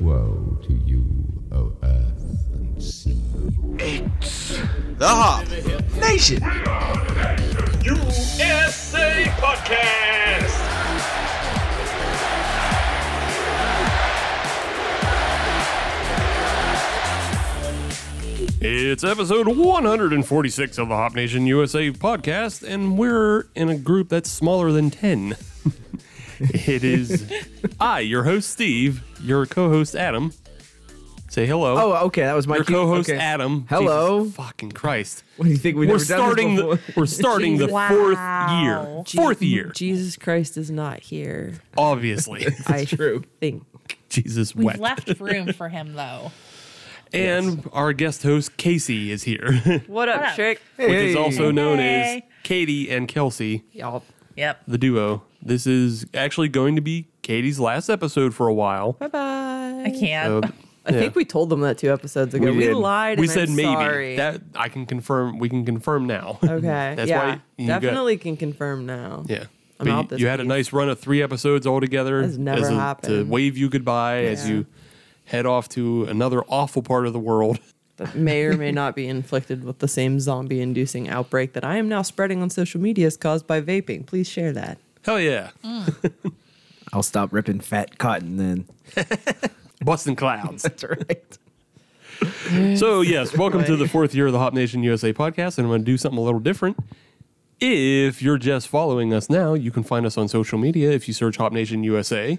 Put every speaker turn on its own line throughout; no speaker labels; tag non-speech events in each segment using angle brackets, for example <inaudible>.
Woe to you, O earth and sea.
The Hop Nation.
USA Podcast.
It's episode 146 of the Hop Nation USA podcast, and we're in a group that's smaller than 10. <laughs> it is I, your host Steve, your co host Adam. Say hello.
Oh, okay. That was my
your
cue.
co host
Okay.
Adam.
Hello.
Jesus fucking Christ.
What do you think we
We're
never done this
starting, the,
before?
we're starting the
Wow.
fourth year. <laughs> Fourth year,
Jesus Christ is not here. <laughs>
obviously.
I
true.
think.
Jesus
We've
wept.
left room for him though.
And our guest host, Casey, is here, <laughs>
What up,
up?
Trick?
which is also known as
Hey.
Katie and Kelsey.
Y'all.
Yep.
the duo. This is actually going to be Katie's last episode for a while.
Bye bye.
I can't.
Uh,
I think we told them that two episodes ago.
We
We,
did.
lied.
we
and
said
I'm
maybe
sorry.
that I can confirm. We can confirm now.
Okay.
That's
yeah.
why you got-
definitely can confirm now.
<laughs> yeah.
I'm
But
out
you-
this
you had a
week.
nice run of three episodes all together.
That's never
as a- To
happened.
wave you goodbye as
Yeah.
you head off to another awful part of the world. <laughs>
That may or may not be inflicted with the same zombie-inducing outbreak that I am now spreading on social media is caused by vaping. Please share that.
Hell yeah,
I'll stop ripping fat cotton
<laughs>
then.
busting clouds.
<laughs>
That's right.
So yes, welcome to the fourth year of the Hop Nation USA podcast, and I'm going to do something a little different. If you're just following us now, you can find us on social media if you search Hop Nation USA,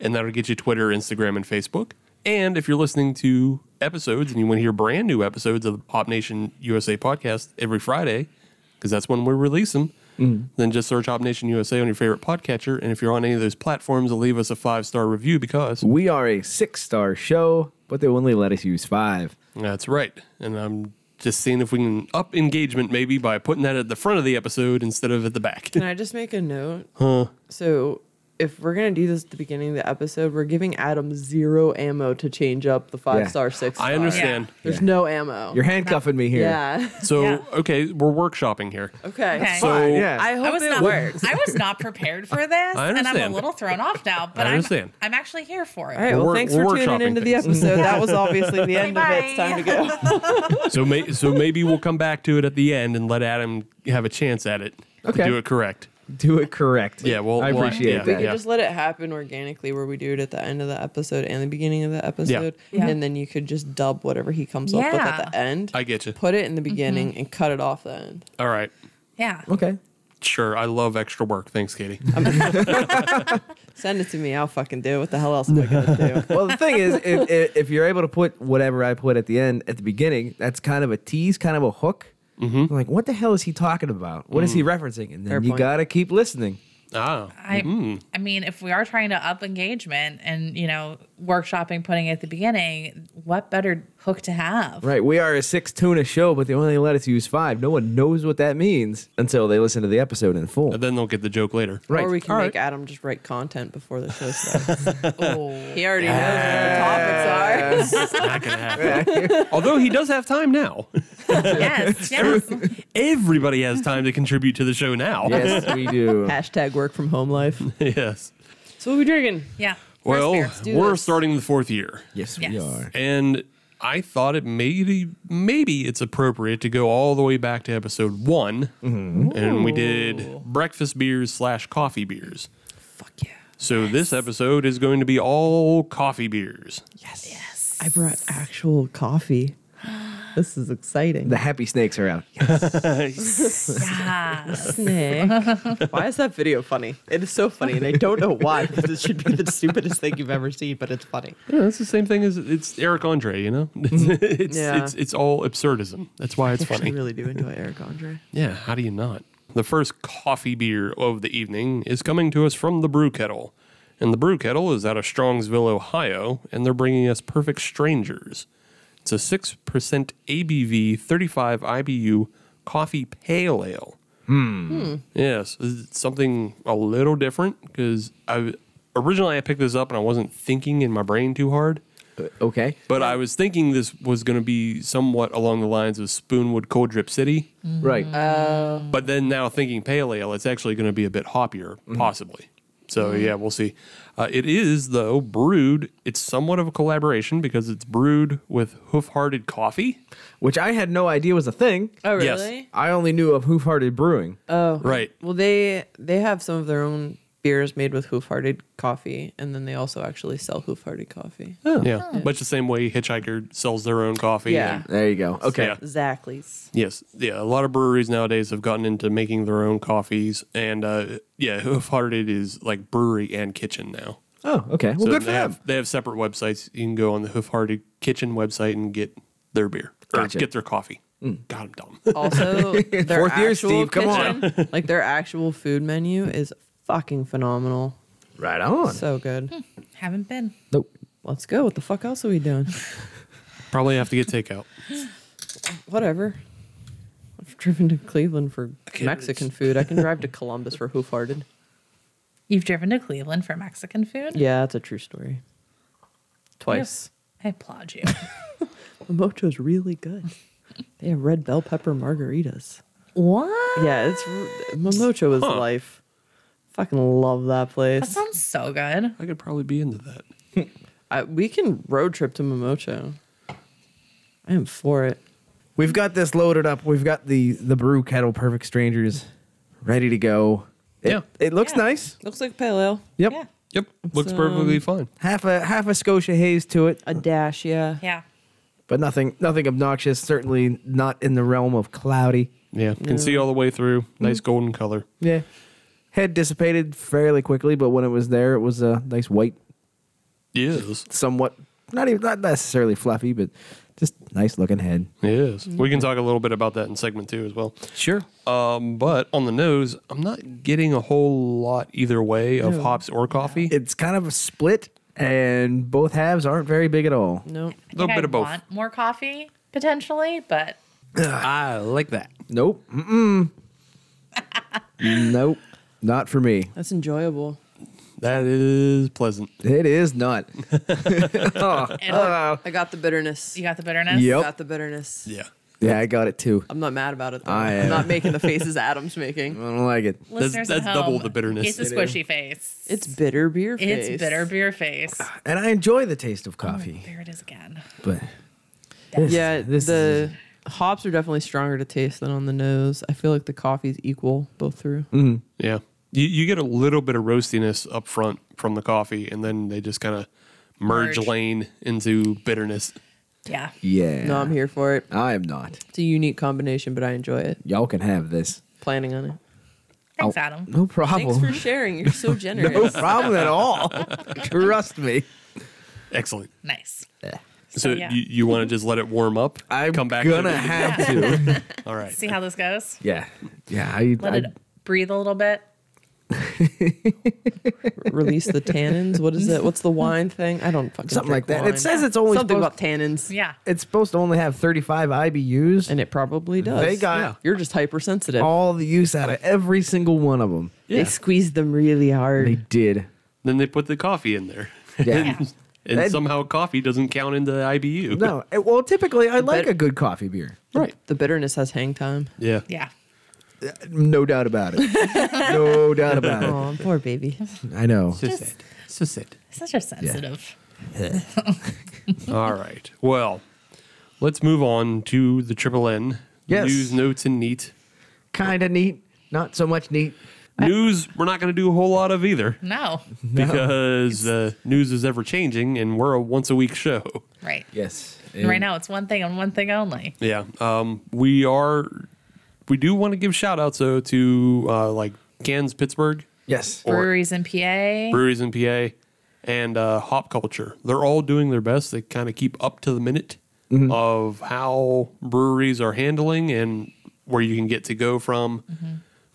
and that'll get you Twitter, Instagram, and Facebook. And if you're listening to episodes and you want to hear brand new episodes of the Hop Nation USA podcast every Friday, because that's when we release them, then just search Hop Nation USA on your favorite podcatcher. And if you're on any of those platforms, leave us a five star review because
We are a six star show, but they only let us use five.
That's right. And I'm just seeing if we can up engagement maybe by putting that at the front of the episode instead of at the back.
Can I just make a note? So if we're gonna do this at the beginning of the episode, we're giving Adam zero ammo to change up the five star, six star.
I understand.
There's no ammo.
You're handcuffing me here.
<laughs>
yeah.
So,
Yeah.
okay, we're workshopping here.
okay.
Okay.
So,
Fine, yeah.
I hope
I was
it
not.
works.
<laughs> I was not prepared for this,
I
and I'm a
understand.
little thrown off now. But
I
I'm-
understand.
I'm, actually here for it.
All right.
We're-
Well, thanks for
we're
tuning
workshopping
into the
things.
episode. That
<laughs>
was obviously the end of it. It's
Bye-bye.
time to go.
so, may, so maybe we'll come back to it at the end and let Adam have a chance at it. to
Okay.
do it correct.
Do it correctly.
Yeah, well,
I
well,
appreciate
yeah.
We
that.
could just let it happen organically, where we do it at the end of the episode and the beginning of the episode,
Yeah.
and then you could just dub whatever he comes up with
Yeah. Mm-hmm.
at the end.
I get you.
Put it in the beginning and cut it off then.
All right.
Yeah.
Okay.
Sure. I love extra work.
<laughs>
Thanks, Katie.
Um,
Send it to me. I'll fucking do it. What the hell else am I
<laughs>
gonna do?
Well, the thing is, if, if, if you're able to put whatever I put at the end, at the beginning, that's kind of a tease, kind of a hook.
Mm-hmm.
I'm like, what the hell is he talking about? What is he
Mm.
referencing? And then
Fair
you
point.
got to keep listening.
ah.
I, I mean, if we are trying to up engagement and you know workshopping, putting it at the beginning, what better hook to have?
Right. We are a six tuna show, but they only let us use five. No one knows what that means until they listen to the episode in full.
And then they'll get the joke later.
<laughs> Right.
Or we can
All
make
right.
Adam just write content before the show <laughs> starts.
Oh.
he already knows what the topics are. <laughs>
It's not going to
<laughs>
happen. <laughs> Although he does have time now.
yes. Yes.
Everybody has time to contribute to the show now.
Yes, we do.
Hashtag work from home life.
<laughs> yes.
So what are we drinking?
Yeah. First
Well,
beer.
do
we're
this.
starting the fourth year.
Yes, we
Yes.
are.
and I thought it maybe maybe it's appropriate to go all the way back to episode one, and we did breakfast beers slash coffee beers.
Fuck yeah.
So this episode is going to be all coffee beers.
Yes. Yes. I brought actual coffee. <gasps> This is exciting.
The happy snakes are
<laughs>
out.
Yeah.
Nick. <laughs> why is that video funny? It is so funny, and I don't know why. Because it should be the stupidest thing you've ever seen, but it's funny.
Yeah, that's the same thing as it's Eric Andre, you know. <laughs> it's,
Yeah.
it's it's all absurdism. That's why
<laughs>
it's
I
funny.
really do enjoy Eric Andre.
Yeah, how do you not? The first coffee beer of the evening is coming to us from the Brew Kettle. And the Brew Kettle is out of Strongsville, Ohio, and they're bringing us Perfect Strangers. It's a 6% ABV, 35 IBU coffee pale ale. Yes, it's something a little different because I originally I picked this up and I wasn't thinking in my brain too hard.
Okay.
But I was thinking this was going to be somewhat along the lines of Spoonwood Cold Drip City.
Right.
Uh,
But then now thinking pale ale, it's actually going to be a bit hoppier, possibly. So yeah, we'll see. Uh, it is though brewed. It's somewhat of a collaboration because it's brewed with Hoof Hearted Coffee.
which I had no idea was a thing.
Oh, really?
Yes.
I only knew of Hoof Hearted Brewing.
Right.
Well, they they have some of their own beers made with hoof-hearted coffee, and then they also actually sell hoof-hearted coffee.
Oh.
Yeah. Much the same way Hitchhiker sells their own coffee.
Yeah.
and-
there you go. Okay.
Yeah.
Zachley's.
Yes. Yeah. A lot of breweries nowadays have gotten into making their own coffees, and uh, yeah, Hoof Hearted is like brewery and kitchen now.
Oh, okay. Well,
So
good
they
for them.
have, They have separate websites. You can go on the Hoof Hearted Kitchen website and get their beer or
Gotcha.
get their coffee. God, I'm dumb.
Also,
<laughs>
their
Fourth year,
actual
Steve, come on. <laughs>
kitchen, like their actual food menu is fucking phenomenal.
Right on.
So good.
Haven't been.
Nope.
Let's go. What the fuck else are we <laughs> doing?
<laughs> Probably have to get takeout.
Whatever. I've driven to Cleveland for
Okay,
Mexican food. I can drive to Columbus for <laughs> hoof-hearted.
You've driven to Cleveland for Mexican food?
Yeah, that's a true story. Twice.
I applaud you.
The mocho's really good. They have red bell pepper margaritas.
what?
Yeah, it's r- Momocho is life. Fucking love that
That
place.
sounds so good.
I could probably be into that.
I, we can road trip to Momocho. I am for it.
We've got this loaded up. We've got the the brew kettle, perfect strangers, ready to go. It,
Yeah.
It looks
Yeah.
nice.
Looks like pale ale.
Yep.
Yeah.
Yep. Looks um, perfectly fine.
Half a half a Scotia haze to it,
A dash, yeah.
Yeah.
but nothing nothing obnoxious. Certainly not in the realm of cloudy.
Yeah. Hmm. Can see all the way through. Nice golden color.
Yeah. Head dissipated fairly quickly, but when it was there, it was a nice white,
Yes.
somewhat not even not necessarily fluffy, but just nice looking head.
Yes. We can talk a little bit about that in segment two as well.
Sure.
Um, but on the nose, I'm not getting a whole lot either way of hops or coffee.
It's kind of a split, and both halves aren't very big at all.
No.
A
Little bit of both.
Want more coffee potentially,
<laughs>
but
I like that.
Nope. Mm-mm. <laughs> nope. Not for me.
That's enjoyable.
That is pleasant.
It is not. <laughs> oh,
it-
I got the bitterness.
you got the bitterness.
Yep.
Got the bitterness.
Yeah.
yeah, I got it too.
I'm not mad about it though.
I
I
am.
am not
<laughs>
making the faces Adam's making.
I don't like it.
Listeners
that's
at
double
home,
the bitterness.
It's a squishy face.
It's bitter beer face.
It's bitter beer face.
And I enjoy the taste of coffee,
There it is again.
but
Yeah,
This
the hops are definitely stronger to taste than on the nose. I feel like the coffee's equal both through.
Mm.
Yeah. You, you get a little bit of roastiness up front from the coffee, and then they just kind of merge,
Merge.
lane into bitterness.
Yeah.
yeah,
No, I'm here for it.
I am not.
It's a unique combination, but I enjoy it.
Y'all can have this.
Planning on it.
Thanks,
Oh,
Adam.
No problem.
Thanks for sharing. You're so generous.
<laughs> no problem at all. Trust me.
Excellent.
Nice.
So
yeah.
you, you want to just let it warm up?
I'm
come back.
gonna
to it?
have to.
<laughs> All right.
See how this goes.
Yeah, yeah. I,
Let
I-
it breathe a little bit.
<laughs> Release the tannins. What is it? What's the wine thing? I don't fucking
something
drink
like that.
wine.
It says it's only
something about
supposed,
tannins.
Yeah.
<laughs> it's supposed to only have 35 IBUs,
and it probably does.
they got
You're just hypersensitive.
all the use out of every single one of them.
Yeah.
They squeeze them really hard.
They did.
Then they put the coffee in there, <laughs>
Yeah.
and
That-
somehow coffee doesn't count into the IBU.
no. it- well, typically I like
better-
a good coffee beer.
Right.
the bitterness has hang time.
<laughs> Yeah.
Yeah.
No doubt about it. no doubt about it.
Oh, poor baby.
I know.
Just such a sensitive.
All right. Well, let's move on to the triple N.
Yes.
News, notes, and neat.
Kind of neat. Not so much neat.
News, we're not going to do a whole lot of either
No.
because uh, news is ever changing and we're a once a week show.
Right.
Yes.
And right now it's one thing and one thing only.
Yeah. Um, we are, we do want to give shout outs though to uh, like Cans Pittsburgh,
Yes.
Or-
Breweries in PA.
breweries in PA, and uh, Hop Culture. They're all doing their best. They kind of keep up to the minute of how breweries are handling and where you can get to go from,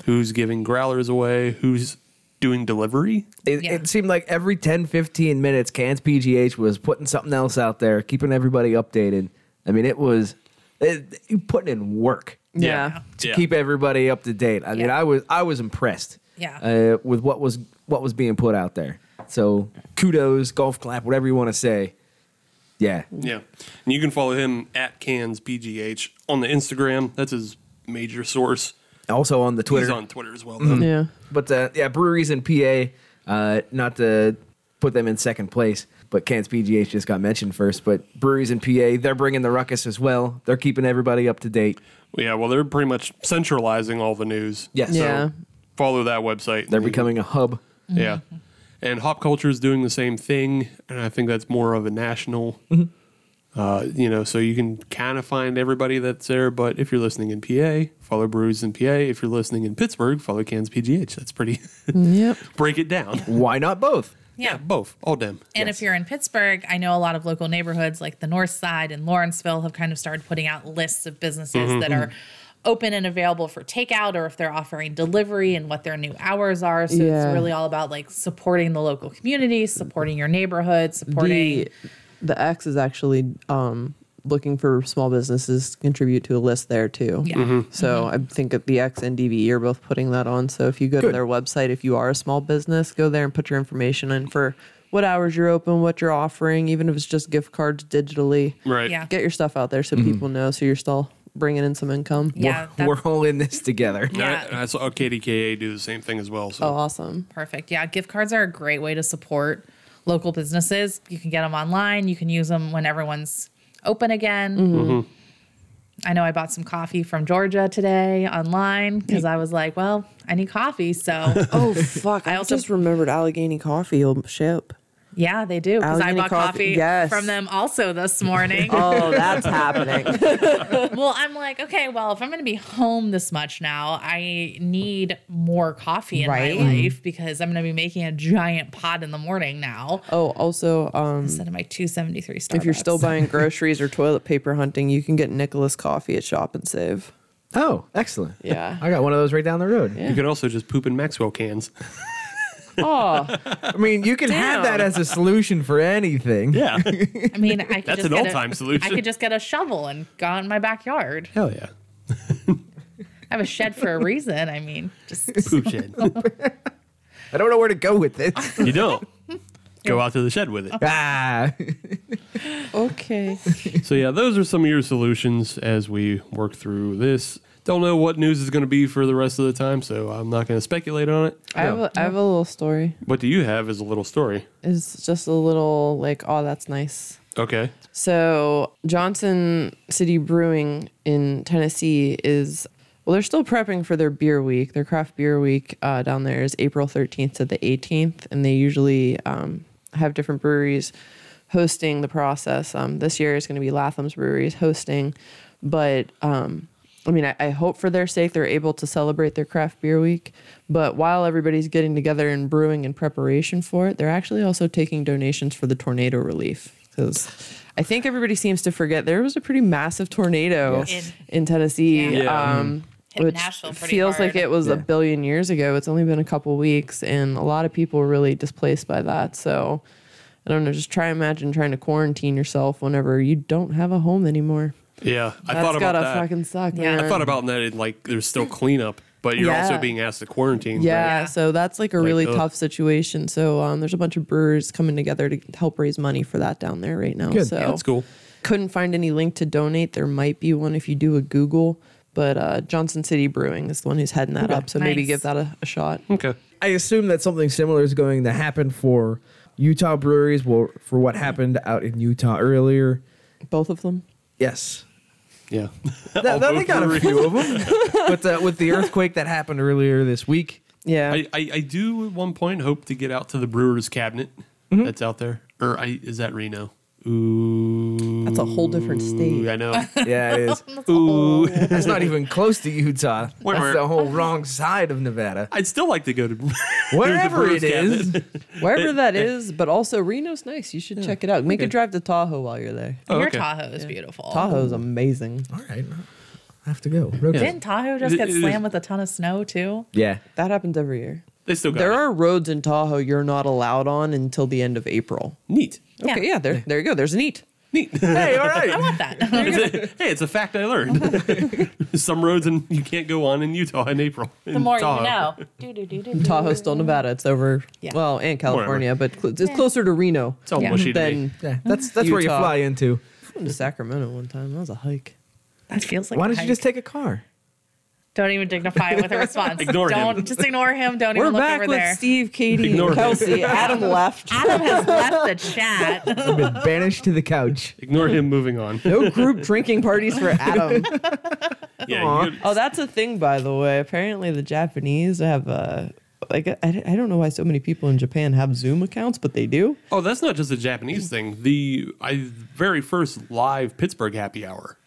who's giving growlers away, who's doing delivery.
It,
Yeah.
it seemed like every 10, 15 minutes, Cans PGH was putting something else out there, keeping everybody updated. I mean, it was it, you putting in work
Yeah.
to
Yeah.
keep everybody up to date. I mean,
Yeah.
I was I was impressed.
Yeah.
Uh, with what was what was being put out there. So kudos, golf clap, whatever you want to say. Yeah.
Yeah. And you can follow him at Cans PGH on the Instagram. That's his major source.
Also on the Twitter.
Mm-hmm.
He's on Twitter as well, though.
Yeah.
But uh, yeah, breweries in PA
Uh, not to put them in second place, but Kent's PGH just got mentioned first. But breweries in PA, they're bringing the ruckus as well. They're keeping everybody up to date.
Yeah, well, they're pretty much centralizing all the news.
Yes.
Yeah.
Follow that website.
They're becoming a hub.
Yeah. And hop culture is doing the same thing. And I think that's more of a national, uh, you know, so you can kind of find everybody that's there. But if you're listening in PA, follow Brews in PA. If you're listening in Pittsburgh, follow Cans PGH. That's pretty,
Yep.
<laughs> break it down.
Why not both?
Yeah.
Both, all them.
And if you're in Pittsburgh, I know a lot of local neighborhoods like the North Side and Lawrenceville have kind of started putting out lists of businesses
Mm-hmm,
that are open and available for takeout or if they're offering delivery and what their new hours are. So
Yeah.
it's really all about like supporting the local community, supporting your neighborhood, supporting
The, the X is actually um, looking for small businesses to contribute to a list there too.
Yeah. Mm-hmm.
So I think that the X and DVE are both putting that on. So if you go to their website, if you are a small business, go there and put your information in for what hours you're open, what you're offering, even if it's just gift cards digitally.
Right.
Yeah.
Get your stuff out there so people know. So you're still bringing in some income.
Yeah, that's
We're all in this together.
And I-
Yeah.
and I, saw KDKA do the same thing as well. So
Oh, awesome.
perfect. Yeah, gift cards are a great way to support local businesses. You can get them online. You can use them when everyone's open again.
Mm-hmm.
I know I bought some coffee from Georgia today online because I was like, well, I need coffee. So,
<laughs> Oh fuck! I,
also-
just remembered Allegheny Coffee will ship.
<laughs> yeah, they do. Because I
Allegheny
bought
coffee,
coffee
yes.
from them also this morning.
<laughs> Oh, that's happening.
<laughs> well, I'm like, okay, well, if I'm going to be home this much now, I need more coffee in
Right. Mm-hmm.
my life because I'm going to be making a giant pot in the morning now
<laughs> Oh, also, um,
instead of my 273 Starbucks.
if you're still <laughs> buying groceries or toilet paper hunting, you can get Nicholas Coffee at Shop and Save.
Oh, excellent.
Yeah.
I got one of those right down the road.
you could also just poop in Maxwell cans.
Oh,
I mean, you can have
Damn.
that as a solution for anything.
Yeah.
I mean, I
That's
could just
an
get a-
all-time solution.
I could just get a shovel and go out in my backyard.
<laughs> Hell yeah.
I have a shed for a reason. I mean, just
Poop shed.
I don't know where to go with this.
<laughs> you don't. Go out to the shed with it.
<laughs> ah.
<laughs> okay.
<laughs> So yeah, those are some of your solutions as we work through this. Don't know what news is going to be for the rest of the time, so I'm not going to speculate on it.
I have, a, I have a little story.
What do you have is a little story.
It's just a little like, oh, that's nice.
Okay.
So Johnson City Brewing in Tennessee is well, they're still prepping for their beer week. Their craft beer week uh, down there is April 13th to the 18th, and they usually um, have different breweries hosting the process. Um, this year is going to be Latham's Breweries hosting, but um, I mean, I, I hope for their sake they're able to celebrate their craft beer week. But while everybody's getting together and brewing in preparation for it, they're actually also taking donations for the tornado relief. Because I think everybody seems to forget there was a pretty massive tornado
Yes.
in, Tennessee.
Yeah.
Yeah.
Mm-hmm.
Um,
Hit
which
Nashville pretty
feels like
hard.
it was
Yeah.
a billion years ago. It's only been a couple weeks, and a lot of people were really displaced by that. So I don't know. Just try imagine trying to quarantine yourself whenever you don't have a home anymore.
Yeah, I
That's
thought about
gotta
that.
fucking suck.
Yeah. I
man.
I thought about that. In, like, there's still cleanup, but you're also
Yeah.
being asked to quarantine.
Yeah,
Yeah.
so that's like a really
ugh.
tough situation. So um, there's a bunch of brewers coming together to help raise money for that down there right now.
Good.
So
That's cool.
Couldn't find any link to donate. There might be one if you do a Google, but uh, Johnson City Brewing is the one who's heading that up. So maybe
Nice.
give that a, a shot.
Okay.
I assume that something similar is going to happen for Utah breweries well, for what happened out in Utah earlier.
Both of them.
Yes.
Yeah.
Th- th- they got a few of them. <laughs> but uh, with the earthquake that happened earlier this week,
Yeah.
I, I, I do at one point hope to get out to the Brewers cabinet
Mm-hmm.
that's out there. Or I, is that Reno? Ooh.
That's a whole different state. <laughs>
I know.
yeah, it is.
Ooh.
That's not even close to Utah.
Wait a
That's
minute.
the whole wrong side of Nevada.
I'd still like to <laughs> go to
Wherever it
Brewers
is,
cabinet.
Wherever that is, but also Reno's nice. You should check it out. Make a drive to Tahoe while you're there.
Oh,
your
okay.
Tahoe is beautiful.
Oh.
Tahoe's amazing.
all right, I have to go. Road trip.
Didn't Tahoe just
<laughs>
get
It- it is-
slammed with a ton of snow too?
Yeah.
That happens every year.
<laughs> They still got
There
it.
are roads in Tahoe you're not allowed on until the end of April.
Neat.
Okay, yeah, there, there you go. There's neat.
Neat.
Hey, all
I
right.
<laughs>
want that. <laughs>
hey, it's a fact I learned.
<laughs>
Some roads and you can't go on in Utah in April.
the more you know.
<laughs>
Do, do, do, do, do.
Tahoe, still Nevada. It's over.
Yeah.
Well, and California, but cl- it's closer to Reno
It's all
Yeah.
mushy to me.
than
<laughs> Yeah, that's that's where you
Utah.
fly into.
I went to Sacramento one time. That was a hike.
That feels like.
Why
a
don't you
hike.
just take a car?
Don't even dignify it with a
<laughs>
response.
Ignore him.
Don't just ignore him. Don't
We're
even look
back
over
with
there.
Steve, Katie,
Ignore him.
and Kelsey.
<laughs>
Adam left.
Adam has left the chat.
I've been banished to the <laughs> couch.
Ignore him. Moving
<laughs>
on.
No group drinking parties for
<laughs>
Adam.
Yeah, you could-
Oh, that's a thing, by the way. Apparently, the Japanese have a like. I, I don't know why so many people in Japan have Zoom accounts, but they do.
oh, that's not just a Japanese thing. The I very first live Pittsburgh happy hour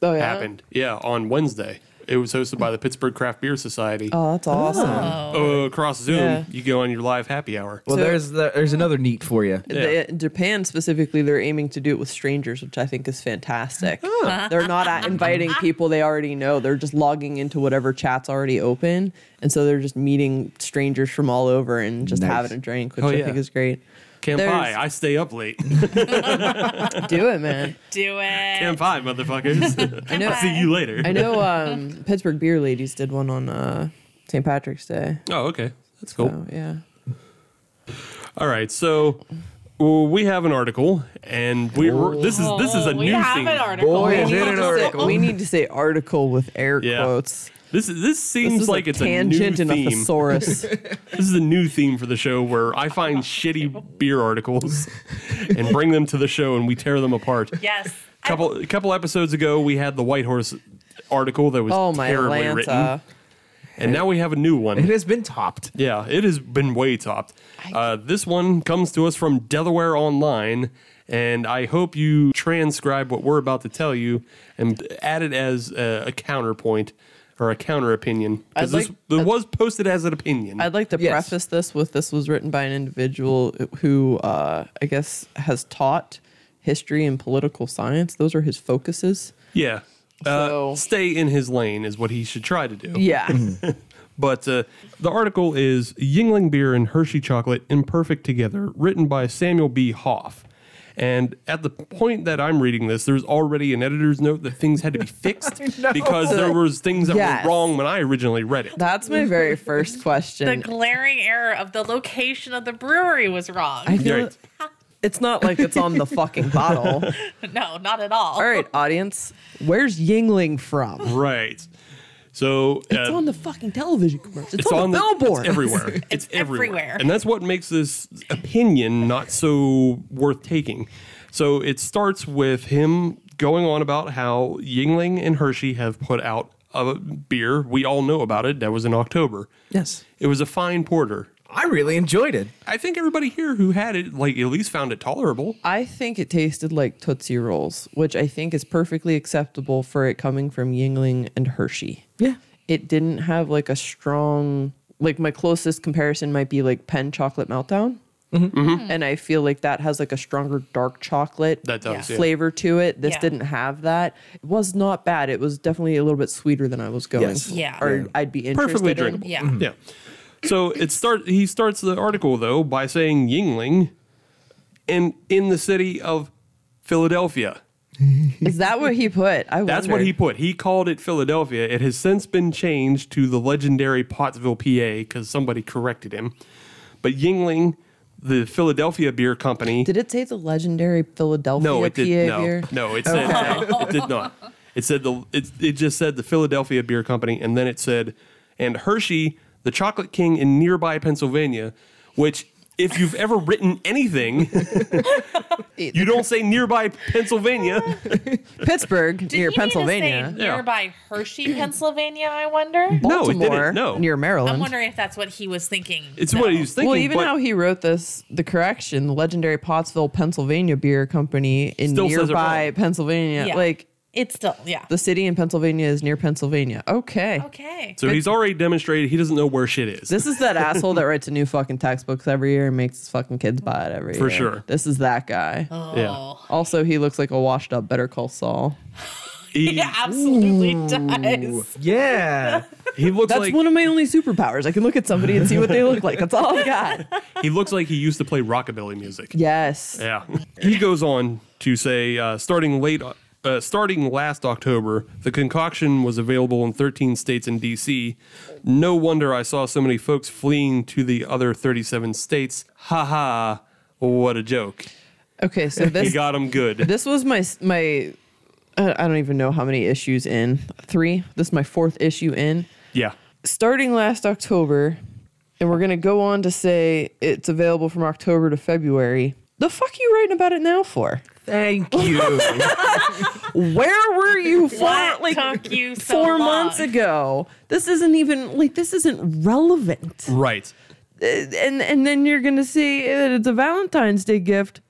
Oh yeah.
happened. Yeah, on Wednesday. It was hosted by the Pittsburgh Craft Beer Society.
Oh,
Ah.
that's awesome.
Oh, across Zoom,
Yeah.
you go on your live happy hour.
Well,
So-
there's there's another neat for you.
They- in Japan specifically, they're aiming to do it with strangers, which I think is fantastic. <laughs> They're not uh, inviting people they already know. They're just logging into whatever chat's already open, and so they're just meeting strangers from all over and just
Nice.
having a drink, which
Oh,
I
yeah.
think is great.
Kanpai,
There's-
I stay up late.
<laughs> Do it, man.
Do it.
Kanpai,
<laughs>
motherfuckers. <laughs>
I know.
See you later.
I know. Um, Pittsburgh Beer Ladies did one on uh, St. Patrick's Day.
Oh, okay. That's cool.
So yeah.
All right, so well, we have an article, and we are this is this is a
Oh, we
new
have
thing.
an article.
Boy,
We
is
need,
it an
to say,
article?
we need to say article with air
Yeah.
quotes.
This is this
This
seems
is
like
a
it's a new
tangent and a
theme.
thesaurus.
<laughs> This is a new theme for the show where I find shitty beer
<laughs>
articles and bring them to the show, and we tear them apart.
Yes. I-
couple a couple episodes ago, we had the White Horse article that was
oh my
terribly
Atlanta!
written, and now we have a new one.
It has been topped.
Yeah, it has been way topped. Uh, this one comes to us from Delaware Online, and I hope you transcribe what we're about to tell you and add it as a, a counterpoint or a counter opinion. Because
I'd
this
like-
it was posted as an opinion.
I'd like to
Yes.
preface this with this was written by an individual who uh, I guess has taught history and political science. Those are his focuses.
yeah. Uh,
So-
Stay in his lane is what he should try to do.
Yeah.
But uh, the article is Yingling Beer and Hershey Chocolate Imperfect Together, written by Samuel B. Hoff. And at the point that I'm reading this, there's already an editor's note that things had to
<laughs>
be fixed because there was things that
Yes.
were wrong when I originally read it.
That's my very first
the
question.
glaring error of the location of the brewery was wrong.
I feel
Right.
it's not like it's on the fucking bottle.
<laughs> no, not at
<laughs>
all.
All right, audience, where's Yingling from?
Right. So
It's
uh,
on the fucking television commercials. It's, on, the billboard. <laughs>
It's everywhere. It's, everywhere.
everywhere.
And that's what makes this opinion not so worth taking. So it starts with him going on about how Yingling and Hershey have put out a beer. We all know about it. That was in October.
Yes,
It was a fine porter.
I really enjoyed it.
I think everybody here who had it, like, at least found it tolerable.
I think it tasted like Tootsie Rolls, which I think is perfectly acceptable for it coming from Yingling and Hershey.
Yeah.
It didn't have like a strong, like my closest comparison might be like Penn Chocolate Meltdown.
Mm-hmm.
Mm-hmm.
And I feel like that has like a stronger dark chocolate
That does, yeah.
flavor to it. This
Yeah.
didn't have that. It was not bad. It was definitely a little bit sweeter than I was going
Yes.
for.
Yeah.
Or
Yeah.
I'd be interested
Perfectly
in.
drinkable.
Yeah.
Mm-hmm.
Yeah. So it start he starts the article though by saying Yingling and in the city of Philadelphia.
Is that what he put? I
That's what
wondered.
he put. He called it Philadelphia. It has since been changed to the legendary Pottsville, PA, because somebody corrected him. But Yingling, the Philadelphia beer company,
Did it say the legendary Philadelphia
no, it
PA
did no, <laughs>
beer? Oh.
no, it said it did not. It said the it, it just said the Philadelphia beer company, and then it said and Hershey, the chocolate king in nearby Pennsylvania, which. If you've ever written
<laughs>
anything, you don't say nearby Pennsylvania.
Pittsburgh
Did
near
he need to
Pennsylvania.
say nearby
<clears throat>
Hershey, Pennsylvania, I wonder.
No, it didn't.
Baltimore
No.
near
I'm
Maryland.
wondering if that's what he was thinking.
It's what he was thinking.
well, even
but-
how he wrote this, the correction, the legendary Pottsville, Pennsylvania beer company in
Still says it
nearby
wrong.
Pennsylvania.
Yeah.
Like
It's still, yeah.
the city in Pennsylvania is near Pennsylvania. Okay.
okay.
So he's already demonstrated he doesn't know where shit is.
This is that asshole that writes a new fucking textbooks every year and makes his fucking kids buy it every
For
year.
sure.
This is that guy.
yeah.
Also, he looks like a washed up Better Call Saul. <laughs>
He,
Yeah, <laughs> absolutely does.
Yeah,
he looks
That's
like
one of my only superpowers. I can look at somebody and see what they look like. That's all I've got.
he looks like he used to play rockabilly music.
<laughs> Yes.
Yeah. He goes on to say, uh, starting late, uh, starting last October, the concoction was available in 13 states and D.C. No wonder I saw so many folks fleeing to the other 37 states. Ha ha! What a joke.
Okay,
<laughs>
so
He
this
got him good.
this was my my I I don't even know how many issues in. 3. This is my fourth issue in.
Yeah.
starting last October, and we're gonna go on to say it's available from October to February. The fuck you writing about it now for?
Thank you.
Where were you for
What
like
took
<laughs>
you so
four
long?
months ago? This isn't even like this isn't relevant. Uh,
Right.
And and then you're gonna say that it's a Valentine's Day gift.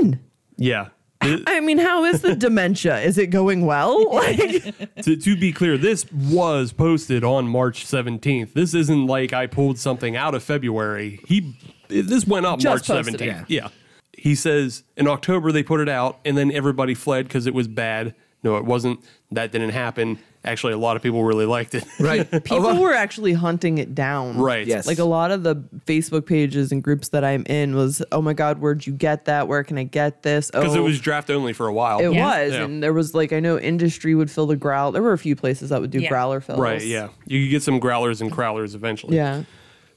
When?
Yeah. Th-
I mean, how is the dementia? Is it going well? Like,
to, to be clear, this was posted on March 17th. This isn't like I pulled something out of February. He this went up
Just
March
posted
17th.
it.
Yeah. He says in October they put it out and then everybody fled cuz it was bad. No, it wasn't. That didn't happen. Actually, a lot of people really liked it. <laughs>
right.
people were actually hunting it down.
right.
Yes.
Like a lot of the Facebook pages and groups that I'm in was, oh my God, where'd you get that? Where can I get this? Oh,
Cuz it was draft only for a while.
It
Yeah.
was,
Yeah.
and there was like I know industry would fill the growl. There were a few places that would do
Yeah.
growler fills.
Right, yeah. You could get some growlers and crowlers eventually.
yeah.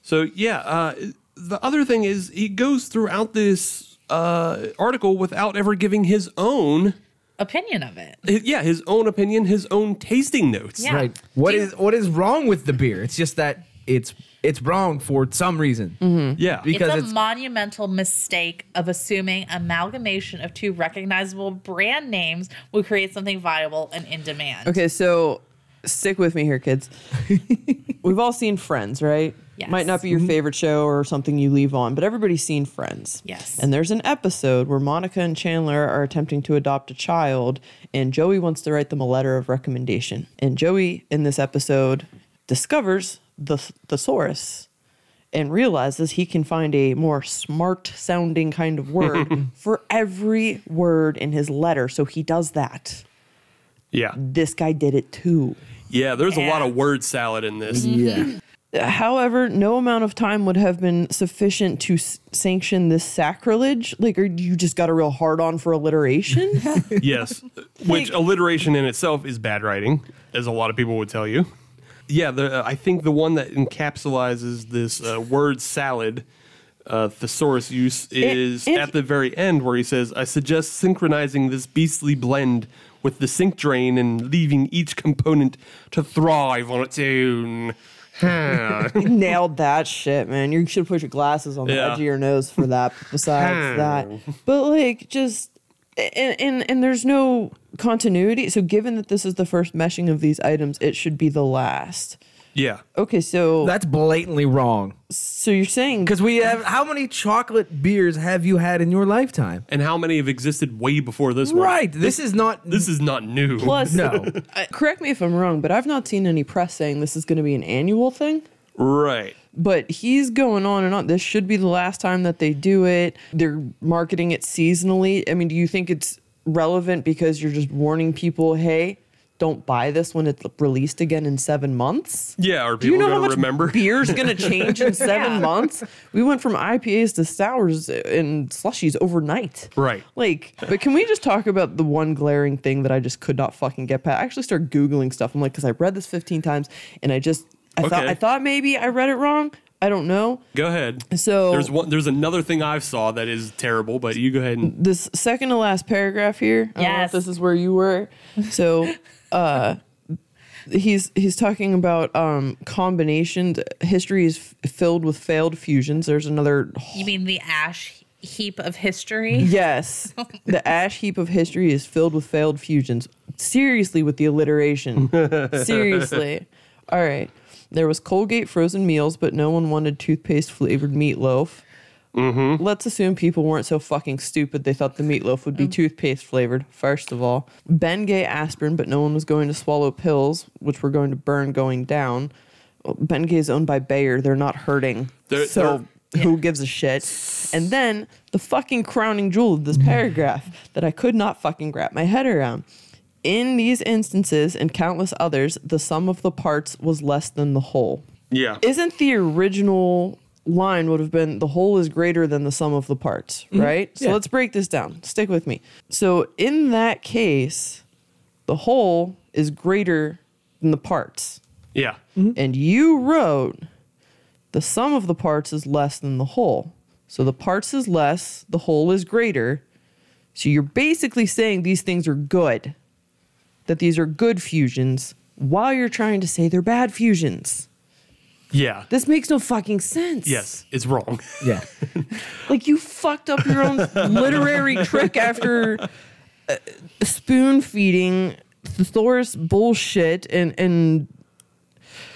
So yeah, uh, the other thing is he goes throughout this uh, article without ever giving his own,
Opinion of it.
hi- yeah, his own opinion, his own tasting notes.
Yeah.
Right. What
Do you-
is what is wrong with the beer? It's just that it's it's wrong for some reason.
Yeah.
Because
it's a
it's-
monumental mistake of assuming amalgamation of two recognizable brand names will create something viable and in demand.
Okay, so stick with me here, kids. We've all seen Friends, right?
Yes.
Might not be your favorite show or something you leave on, but everybody's seen Friends.
Yes.
And there's an episode where Monica and Chandler are attempting to adopt a child, and Joey wants to write them a letter of recommendation. And Joey, in this episode, discovers the thesaurus and realizes he can find a more smart sounding kind of word for every word in his letter. So he does that.
Yeah.
This guy did it too.
Yeah. There's a lot
Yeah.
of word salad in this.
Yeah.
However, no amount of time would have been sufficient to s- sanction this sacrilege. Like, or you just got a real hard on for alliteration.
<laughs> yes. Which alliteration in itself is bad writing, as a lot of people would tell you. Yeah. The, uh, I think the one that encapsulizes this uh, word salad. Uh, thesaurus use is
it-
at the very end where he says, I suggest synchronizing this beastly blend with the sink drain and leaving each component to thrive on its own.
Nailed that shit, man. You should put your glasses on the
Yeah.
edge of your nose for that. Besides that, but like, just and, and and there's no continuity. So, given that this is the first meshing of these items, it should be the last.
Yeah.
Okay, so
That's blatantly wrong.
so you're saying
Because we have how many chocolate beers have you had in your lifetime?
And how many have existed way before this one?
Right. This is not
This is not new.
plus
no.
<laughs> I- correct me if I'm wrong, but I've not seen any press saying this is going to be an annual thing.
Right.
But he's going on and on. This should be the last time that they do it. They're marketing it seasonally. I mean, do you think it's relevant because you're just warning people, hey, don't buy this when it's released again in seven months?
Yeah. Are
Do you
people
know how
going
much
to remember?
beer's going to change in seven months? We went from IPAs to sours and slushies overnight.
Right.
Like, but can we just talk about the one glaring thing that I just could not fucking get past? I actually started googling stuff. I'm like, because I read this 15 times, and I just I thought
Okay.
I thought maybe I read it wrong. I don't know.
<laughs> Go ahead.
So-
there's one. There's another thing I saw that is terrible, but you go ahead and
This second to last paragraph here. I don't know if
Yes.
this is where you were. So, uh, he's he's talking about um combinations. History is f- filled with failed fusions. There's another
You mean the ash heap of
<laughs>
history?
Yes. the ash heap of history is filled with failed fusions. Seriously, with the alliteration. Seriously. All right. There was Colgate frozen meals, but no one wanted toothpaste flavored meatloaf.
Mm-hmm.
Let's assume people weren't so fucking stupid they thought the meatloaf would be
Mm.
toothpaste flavored, first of all. Ben Gay aspirin, but no one was going to swallow pills, which were going to burn going down. Ben Gay is owned by Bayer. They're not hurting.
They're-
so who gives a shit? And then the fucking crowning jewel of this
Mm.
paragraph that I could not fucking wrap my head around. In these instances and countless others, the sum of the parts was less than the whole
yeah.
isn't the original line would have been the whole is greater than the sum of the parts, right? So
Yeah.
let's break this down. Stick with me. So in that case, the whole is greater than the parts.
yeah.
And you wrote the sum of the parts is less than the whole. So the parts is less, the whole is greater. So you're basically saying these things are good. That these are good fusions, while you're trying to say they're bad fusions.
Yeah.
This makes no fucking sense.
Yes, it's wrong. <laughs>
Yeah.
Like you fucked up your own literary trick after uh, spoon feeding thesaurus bullshit and and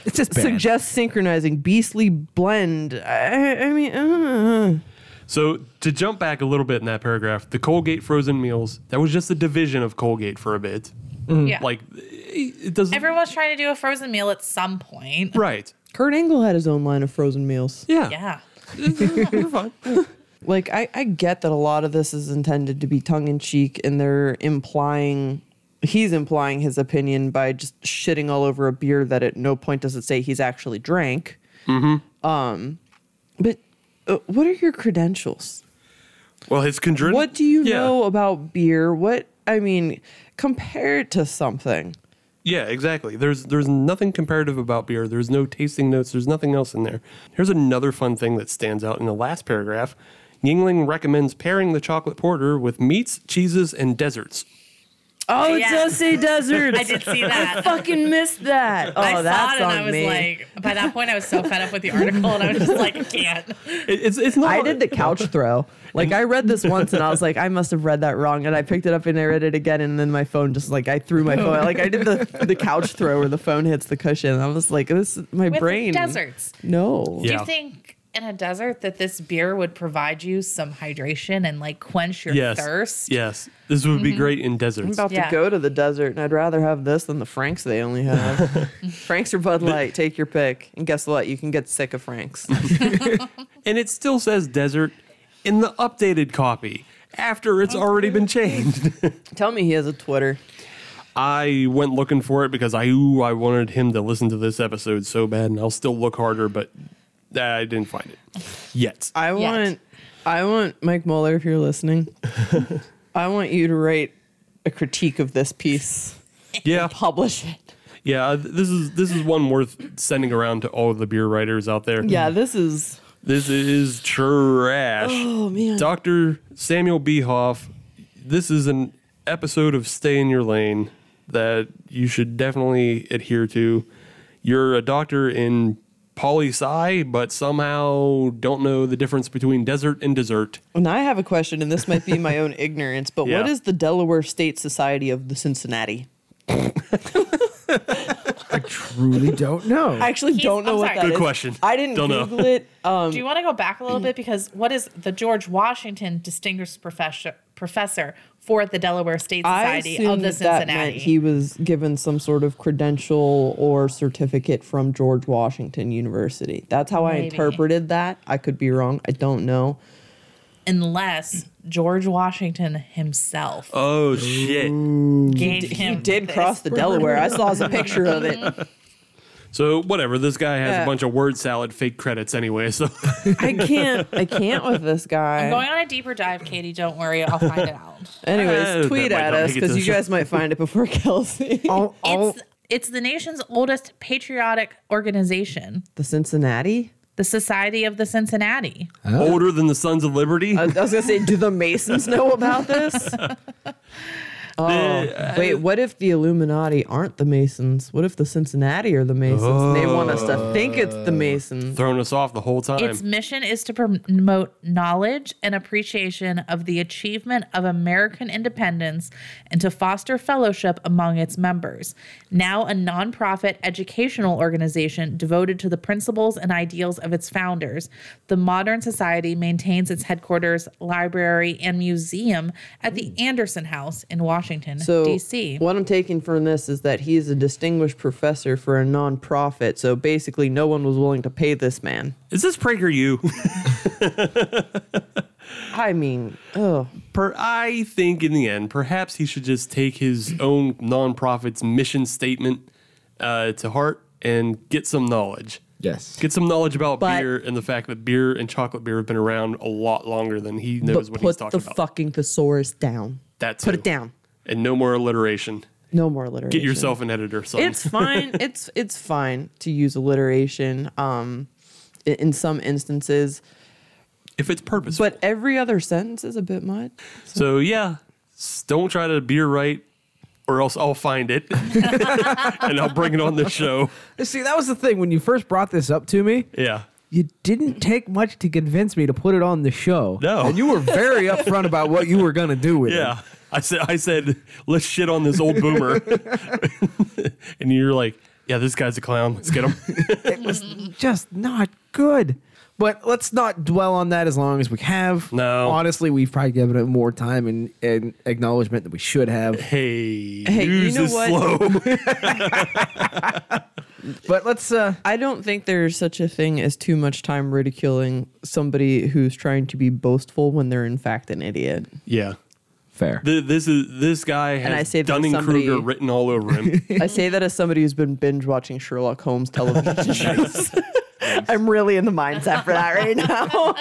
It's just bad.
suggests synchronizing beastly blend. I, I mean, uh,
So to jump back a little bit in that paragraph, the Colgate frozen meals, that was just a division of Colgate for a bit.
Yeah.
Like it doesn't
everyone's trying to do a frozen meal at some point.
Right.
Kurt Angle had his own line of frozen meals.
Yeah.
Yeah.
We're fine.
Like I, I get that a lot of this is intended to be tongue in cheek, and they're implying he's implying his opinion by just shitting all over a beer that at no point does it say he's actually drank.
Mm-hmm.
Um, but uh, what are your credentials?
Well, his condren-
What do you
Yeah.
know about beer? What I mean, compare it to something.
Yeah, exactly. There's there's nothing comparative about beer. There's no tasting notes. There's nothing else in there. Here's another fun thing that stands out in the last paragraph. Yingling recommends pairing the chocolate porter with meats, cheeses, and desserts.
Oh,
Yeah.
it does say desserts.
<laughs> I did see
<laughs>
that.
fucking missed that. Oh,
I saw
that's
it and
on
I was
me.
like, by that point, I was so fed up with the article and I was just
<laughs>
like, I can't.
It- it's it's not.
I did the couch throw. Like I read this once and I was like, I must have read that wrong. And I picked it up and I read it again. And then my phone just like I threw my phone. Like I did the the couch throw where the phone hits the cushion. And I was like, this my
With
brain.
deserts.
No.
Yeah.
Do you think in a desert that this beer would provide you some hydration and like quench your
yes.
thirst?
Yes. This would be great in
I'm
deserts.
Mm-hmm. about
Yeah.
to go to the desert and I'd rather have this than the Franks they only <laughs> have. Franks or Bud Light, take your pick. And guess what? You can get sick of <laughs> Franks.
And it still says desert in the updated copy after it's already been changed. <laughs>
Tell me he has a Twitter.
I went looking for it because I ooh, I wanted him to listen to this episode so bad, and I'll still look harder, but I didn't find it yet.
I
Yet.
want I want Mike Muller, if you're <laughs> listening, I want you to write a critique of this piece.
yeah.
Publish it.
Yeah, th- this is this is one worth sending around to all of the beer writers out there.
Yeah, this is
This is trash.
oh man.
Dr. Samuel B. Hoff, this is an episode of Stay in Your Lane that you should definitely adhere to. You're a doctor in poli sci, but somehow don't know the difference between desert and dessert.
And I have a question, and this might be my
<laughs>
own ignorance, but
Yeah.
what is the Delaware State Society of the Cincinnati?
Truly don't know.
<laughs> I actually
He's-
don't know
I'm
what
sorry.
that
Good
is.
question.
I didn't
Don't know.
Google
<laughs>
it. Um,
Do you want to go back a
Mm.
little bit? Because what is the George Washington Distinguished Professor, professor for the Delaware State
I
Society
assumed
of
that,
the
that meant
Cincinnati?
he was given some sort of credential or certificate from George Washington University. That's how I
Maybe.
interpreted that. I could be wrong. I don't know.
Unless George Washington himself
Oh shit.
gave
He
him.
did cross
<laughs>
the Delaware. I saw a picture of it.
So whatever, this guy has
Yeah.
a bunch of word salad fake credits anyway, so
I can't. I can't with this guy.
I'm going on a deeper dive, Katie. Don't worry, I'll find it
<laughs>
out.
Anyways,
Uh,
tweet
that might
at
not
us
make it
because
to
you
the
guys might find it before <laughs> Kelsey.
all, all,
It's it's the nation's oldest patriotic organization,
The Cincinnati.
the Society of the Cincinnati.
<laughs> older than the Sons of Liberty.
I was gonna say, do the Masons know about
<laughs>
this?
uh,
Oh, wait, what if the Illuminati aren't the Masons? What if the Cincinnati are the Masons? and they want us
Oh.
to think it's the Masons.
Throwing us off the whole time.
Its mission is to promote knowledge and appreciation of the achievement of American independence and to foster fellowship among its members. Now a nonprofit educational organization devoted to the principles and ideals of its founders, the Modern Society maintains its headquarters, library, and museum at the Anderson House in Washington,
So,
D.C.
what I'm taking from this is that he is a distinguished professor for a nonprofit. So basically, no one was willing to pay this man.
Is this Prager you? <laughs>
I mean, oh,
Per, I think in the end, perhaps he should just take his own nonprofit's mission statement uh, to heart and get some knowledge.
yes.
Get some knowledge about
But-
beer and the fact that beer and chocolate beer have been around a lot longer than he knows
but
what
put
he's
the
talking about.
fucking thesaurus down.
That
Put
too.
it down.
And no more alliteration.
No more alliteration.
Get yourself an editor, son.
It's
<laughs>
fine. it's it's fine to use alliteration. Um, i- in some instances,
<laughs> if it's purposeful.
but every other sentence is a bit much.
so yeah, s- don't try to beer right. or else I'll
<laughs>
find it <laughs> and I'll bring it on the show.
See, that was the thing when you first brought this up to me.
Yeah.
You didn't take much to convince me to put it on the show.
No.
and you were very upfront about what you were going to do with
Yeah. I said I said, let's shit on this old boomer. <laughs> and you're like, yeah, this guy's a clown.
<laughs>
Let's get him.
<laughs>
it. Just not good. But let's not dwell on that as long as we have.
No.
honestly, we've probably given it more time and, and acknowledgement that we should have.
hey,
Hey, you
news
know
is
what? <laughs>
slow.
But let's. uh
I don't think there's such a thing as too much time ridiculing somebody who's trying to be boastful when they're in fact an
<laughs>
idiot.
yeah.
Fair.
Th- this is this guy
I
has
say that
Dunning Kruger
somebody-
written all over him.
<laughs> I say that as somebody who's been binge watching Sherlock Holmes
<laughs>
television shows. I'm really in the mindset for that right
<laughs>
now.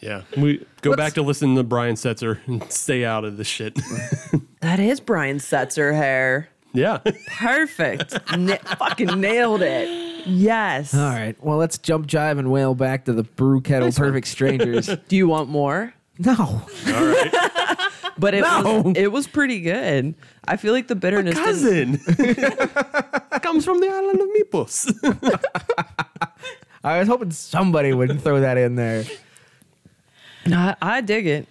yeah. We go back to listen to Brian Setzer and stay out of this shit. <laughs>
that is Brian Setzer hair.
yeah.
Perfect. Na- fucking nailed it. Yes.
All right. Well, let's jump, jive, and wail back to the brew kettle perfect strangers.
Do you want more?
no.
But it
No.
was it was pretty good. I feel like the bitterness didn't- <laughs>
Cousin comes from the island of Mipos. <laughs>
I was hoping somebody would throw that in there.
I, I dig it.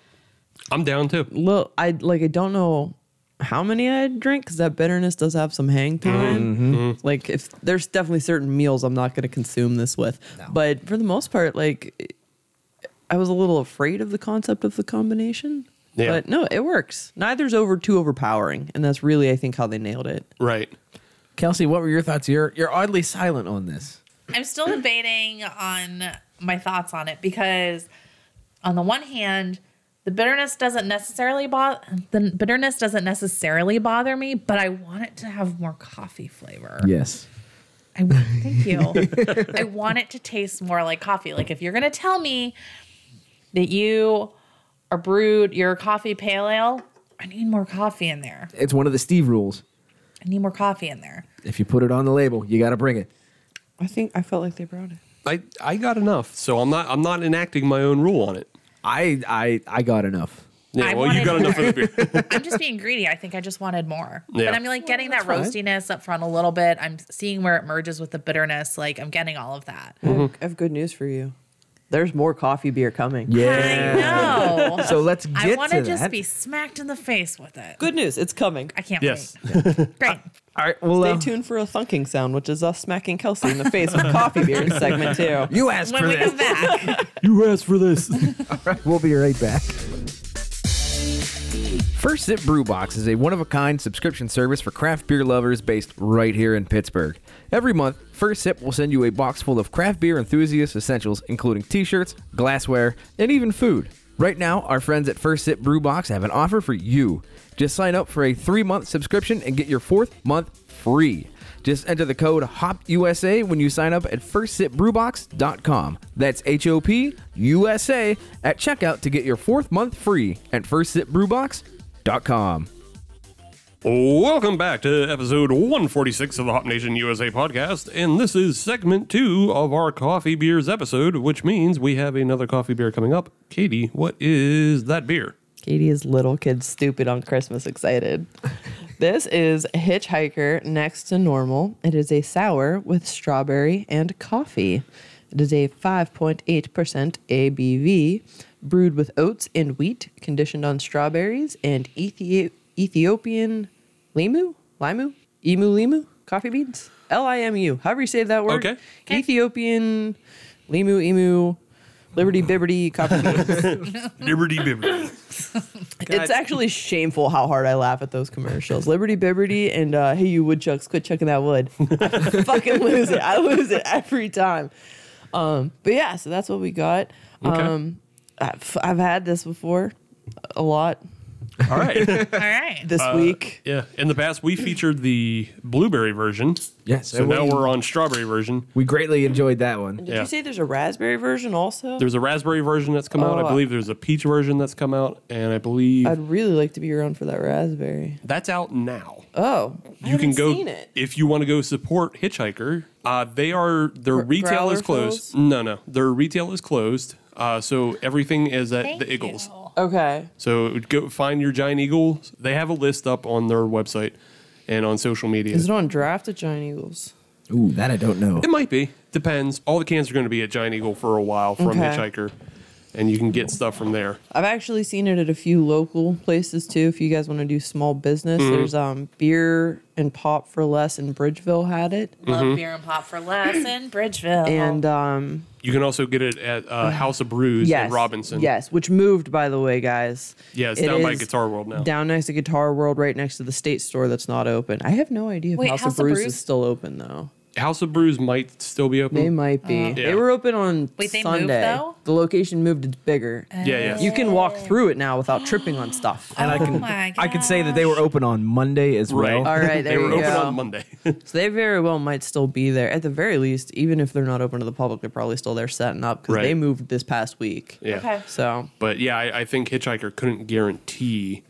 I'm down too.
Look, I like I don't know how many I drink because that bitterness does have some hang to it. Like if there's definitely certain meals I'm not going to consume this with, but for the most part, like I was a little afraid of the concept of the combination.
Yeah.
But no, it works. Neither's over too overpowering, and that's really I think how they nailed it.
Right.
Kelsey, what were your thoughts? You're you're oddly silent on this.
I'm still debating on my thoughts on it because, on the one hand, the bitterness doesn't necessarily bother the bitterness doesn't necessarily bother me, but I want it to have more coffee flavor.
Yes.
I thank you. I want it to taste more like coffee. Like if you're gonna tell me that you are brewed your coffee pale ale, I need more coffee in there.
It's one of the Steve rules.
I need more coffee in there.
If you put it on the label, you got to bring it.
I think I felt like they brought it.
I, I got enough, so I'm not I'm not enacting my own rule on it.
I I I got enough.
Yeah,
I
well, you
wanted
got enough
more.
of the beer.
<laughs>
I'm just being greedy. I think I just wanted more.
Yeah.
But I'm like getting that
fine.
roastiness up front a little bit. I'm seeing where it merges with the bitterness. Like I'm getting all of that.
I have good news for you. There's more coffee beer coming.
I know.
So let's
I
get
want
to
to just
that.
be smacked in the face with it.
Good news, it's coming.
I can't
Yes.
wait. Great.
All right. Well,
Stay
uh,
tuned for a thunking sound, which is us smacking Kelsey in the face with coffee beer in segment two.
you asked
when
for
we
this.
come
<laughs>
back,
You asked for this.
We'll be right back. First Sip Brew Box is a one of a kind subscription service for craft beer lovers based right here in Pittsburgh. Every month, First Sip will send you a box full of craft beer enthusiast essentials, including t shirts, glassware, and even food. Right now, our friends at First Sip Brew Box have an offer for you. Just sign up for a three month subscription and get your fourth month free. Just enter the code HOPUSA when you sign up at firstsipbrewbox.com. That's H O P U S A at checkout to get your fourth month free at firstsipbrewbox.com.
Welcome back to episode 146 of the Hop Nation USA podcast, and this is segment two of our coffee beers episode, which means we have another coffee beer coming up. Katie, what is that beer?
Katie is little kid stupid on Christmas excited. this is Hitchhiker Next to Normal. It is a sour with strawberry and coffee. It is a 5.8% ABV, brewed with oats and wheat, conditioned on strawberries and Ethi- Ethiopian limu, limu, emu limu coffee beans. L I M U. However you say that word.
Okay.
Ethiopian limu emu liberty bibberty coffee beans.
Liberty Bibber.
It's actually shameful how hard I laugh at those commercials. Liberty Bibberty and uh, Hey You Woodchucks, quit chucking that
<laughs>
wood. I fucking lose it. I lose it every time. Um, but yeah, so that's what we got.
Okay.
Um, I've, I've had this before a lot
All right.
all right.
this
Uh,
week.
Yeah. In the past, we featured the blueberry version.
Yes,
So
and
now
we-
we're on strawberry version.
We greatly enjoyed that one.
Did
yeah.
you say there's a raspberry version also?
There's a raspberry version that's come out. I
Oh.
believe there's a peach version that's come out, and I believe
I'd really like to be around for that raspberry.
that's out now.
Oh, I
you can
haven't
go
Seen it.
if you want to go support Hitchhiker. Uh, they are their
Gr-
retail is
Growler
closed.
fills?
No, no, their retail is closed. Uh, so everything is at
Thank
the Eagles.
Mm-hmm.
you.
Okay.
So go find your giant eagle. They have a list up on their website. and on social media.
Is it on draft at Giant Eagles?
Ooh, that I don't know.
It might be. Depends. All the cans are going to be at Giant Eagle for a while from
Okay.
Hitchhiker, and you can get stuff from there.
I've actually seen it at a few local places too. If you guys want to do small business,
Mm-hmm.
there's um beer and pop for less in Bridgeville had it,
Love beer and pop for less in Bridgeville.
Uh-huh.
uh,
and um
You can also get it at uh, House of Brews
Mm. yes,
in Robinson.
yes, which moved by the way, guys.
Yeah, it's
It
down by
is
Guitar World now.
Down next to Guitar World, right next to the state store that's not open. I have no idea if
Wait,
House,
House
of
of
Brews,
Brews?
is still open though.
House of Brews might still be open.
They might be.
Yeah.
They were open on
Oh. Wait, they moved,
Sunday.
though?
The location moved. It's bigger.
yeah, yeah.
You can walk through it now without tripping on stuff.
And I
Oh
can
my
I could say that
gosh.
they were open on Monday as
right.
well.
All right,
they
there
were
you
open
go.
on Monday. <laughs>
So they very well might still be there. At the very least, even if they're not open to the public, they're probably still there setting up because
Right.
they moved this past week.
yeah.
Okay.
So
But yeah, I, I think Hitchhiker couldn't guarantee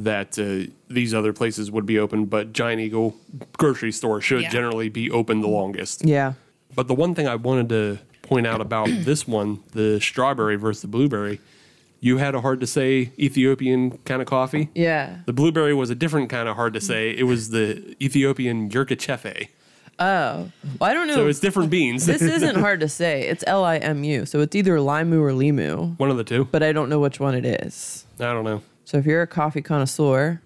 that uh, these other places would be open, but Giant Eagle grocery store should
Yeah.
generally be open the longest.
yeah,
But the one thing I wanted to point out about <coughs> this one, the strawberry versus the blueberry, you had a hard to say Ethiopian kind of coffee.
yeah.
The blueberry was a different kind of hard to say. It was the Ethiopian yirkachefe.
Well, I don't know.
So it's different beans.
Oh. <laughs> this
<laughs>
isn't hard to say. It's L I M U, so it's either limu or limu,
one of the two.
but I don't know which one it is.
I don't know.
So if you're a coffee connoisseur,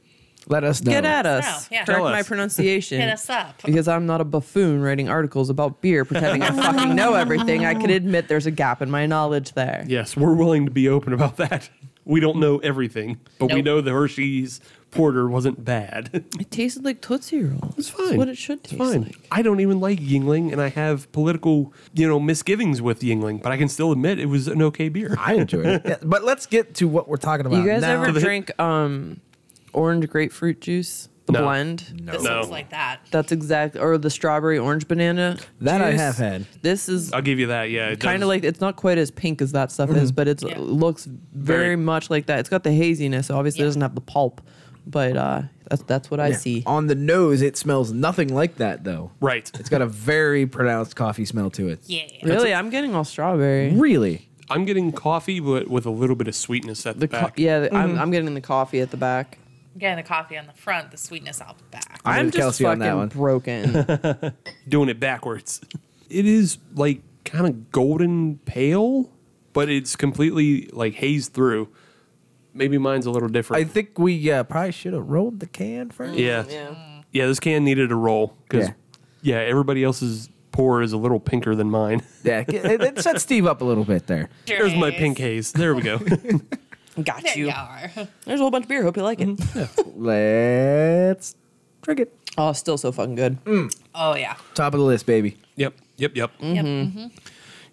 Let us know.
get at us.
us know, Oh, yeah.
Correct
Tell
my
us. <laughs>
pronunciation.
Hit us up.
Because I'm not a buffoon writing articles about beer, pretending I fucking know everything. I can admit there's a gap in my knowledge there.
Yes, we're willing to be open about <laughs> that. We don't know everything, but we
Nope.
know the Hershey's porter wasn't bad. <laughs>
It tasted like Tootsie Rolls.
It's fine.
That's what it should taste like.
I don't even like Yingling, and I have political, you know, misgivings with Yingling, but I can still admit it was an okay beer.
I enjoyed
<laughs>
it. Yeah, but let's get to what we're talking about.
You guys
now.
ever drink um, orange grapefruit juice, the
No.
blend?
This
No.
looks like that.
That's exact, or the strawberry orange banana.
That I
juice.
have had.
This is
I'll give you that. Yeah, Uh, it
kind
does-
of like it's not quite as pink as that stuff
Mm-hmm.
is, but it
Yeah.
looks very,
Very.
much like that. It's got the haziness. So obviously,
Yeah.
it doesn't have the pulp, but uh, that's that's what I
Yeah.
see.
On the nose, it smells nothing like that though.
right.
It's got a very pronounced coffee smell to it.
Yeah.
Really, I'm getting all
Mm-hmm.
strawberry.
Really?
I'm getting coffee, but with a little bit of sweetness at the,
The co-
back.
yeah, the-
Mm-hmm.
I'm, I'm getting the coffee at the back.
I'm getting the coffee on the front, the sweetness out the back.
I'm
I'm
with
just
Kelsey on
fucking
that one. <laughs>
broken.
Doing it backwards. It is like kind of golden pale, but it's completely like hazed through. Maybe mine's a little
I
different.
think we uh, probably should have rolled the can first.
yeah. yeah, This can needed a roll because
Yeah.
yeah. everybody else's pour is a little pinker than mine.
Yeah, it, it set Steve up a little
<laughs>
bit there.
There's my pink haze. There we go.
Got
There
you.
you are. <laughs>
There's a whole bunch of beer. Hope you like it.
Mm-hmm. Let's drink it.
Oh, still so fucking good.
Oh yeah.
Top of the list, baby.
Yep. Yep. Yep.
Yep.
Mm-hmm.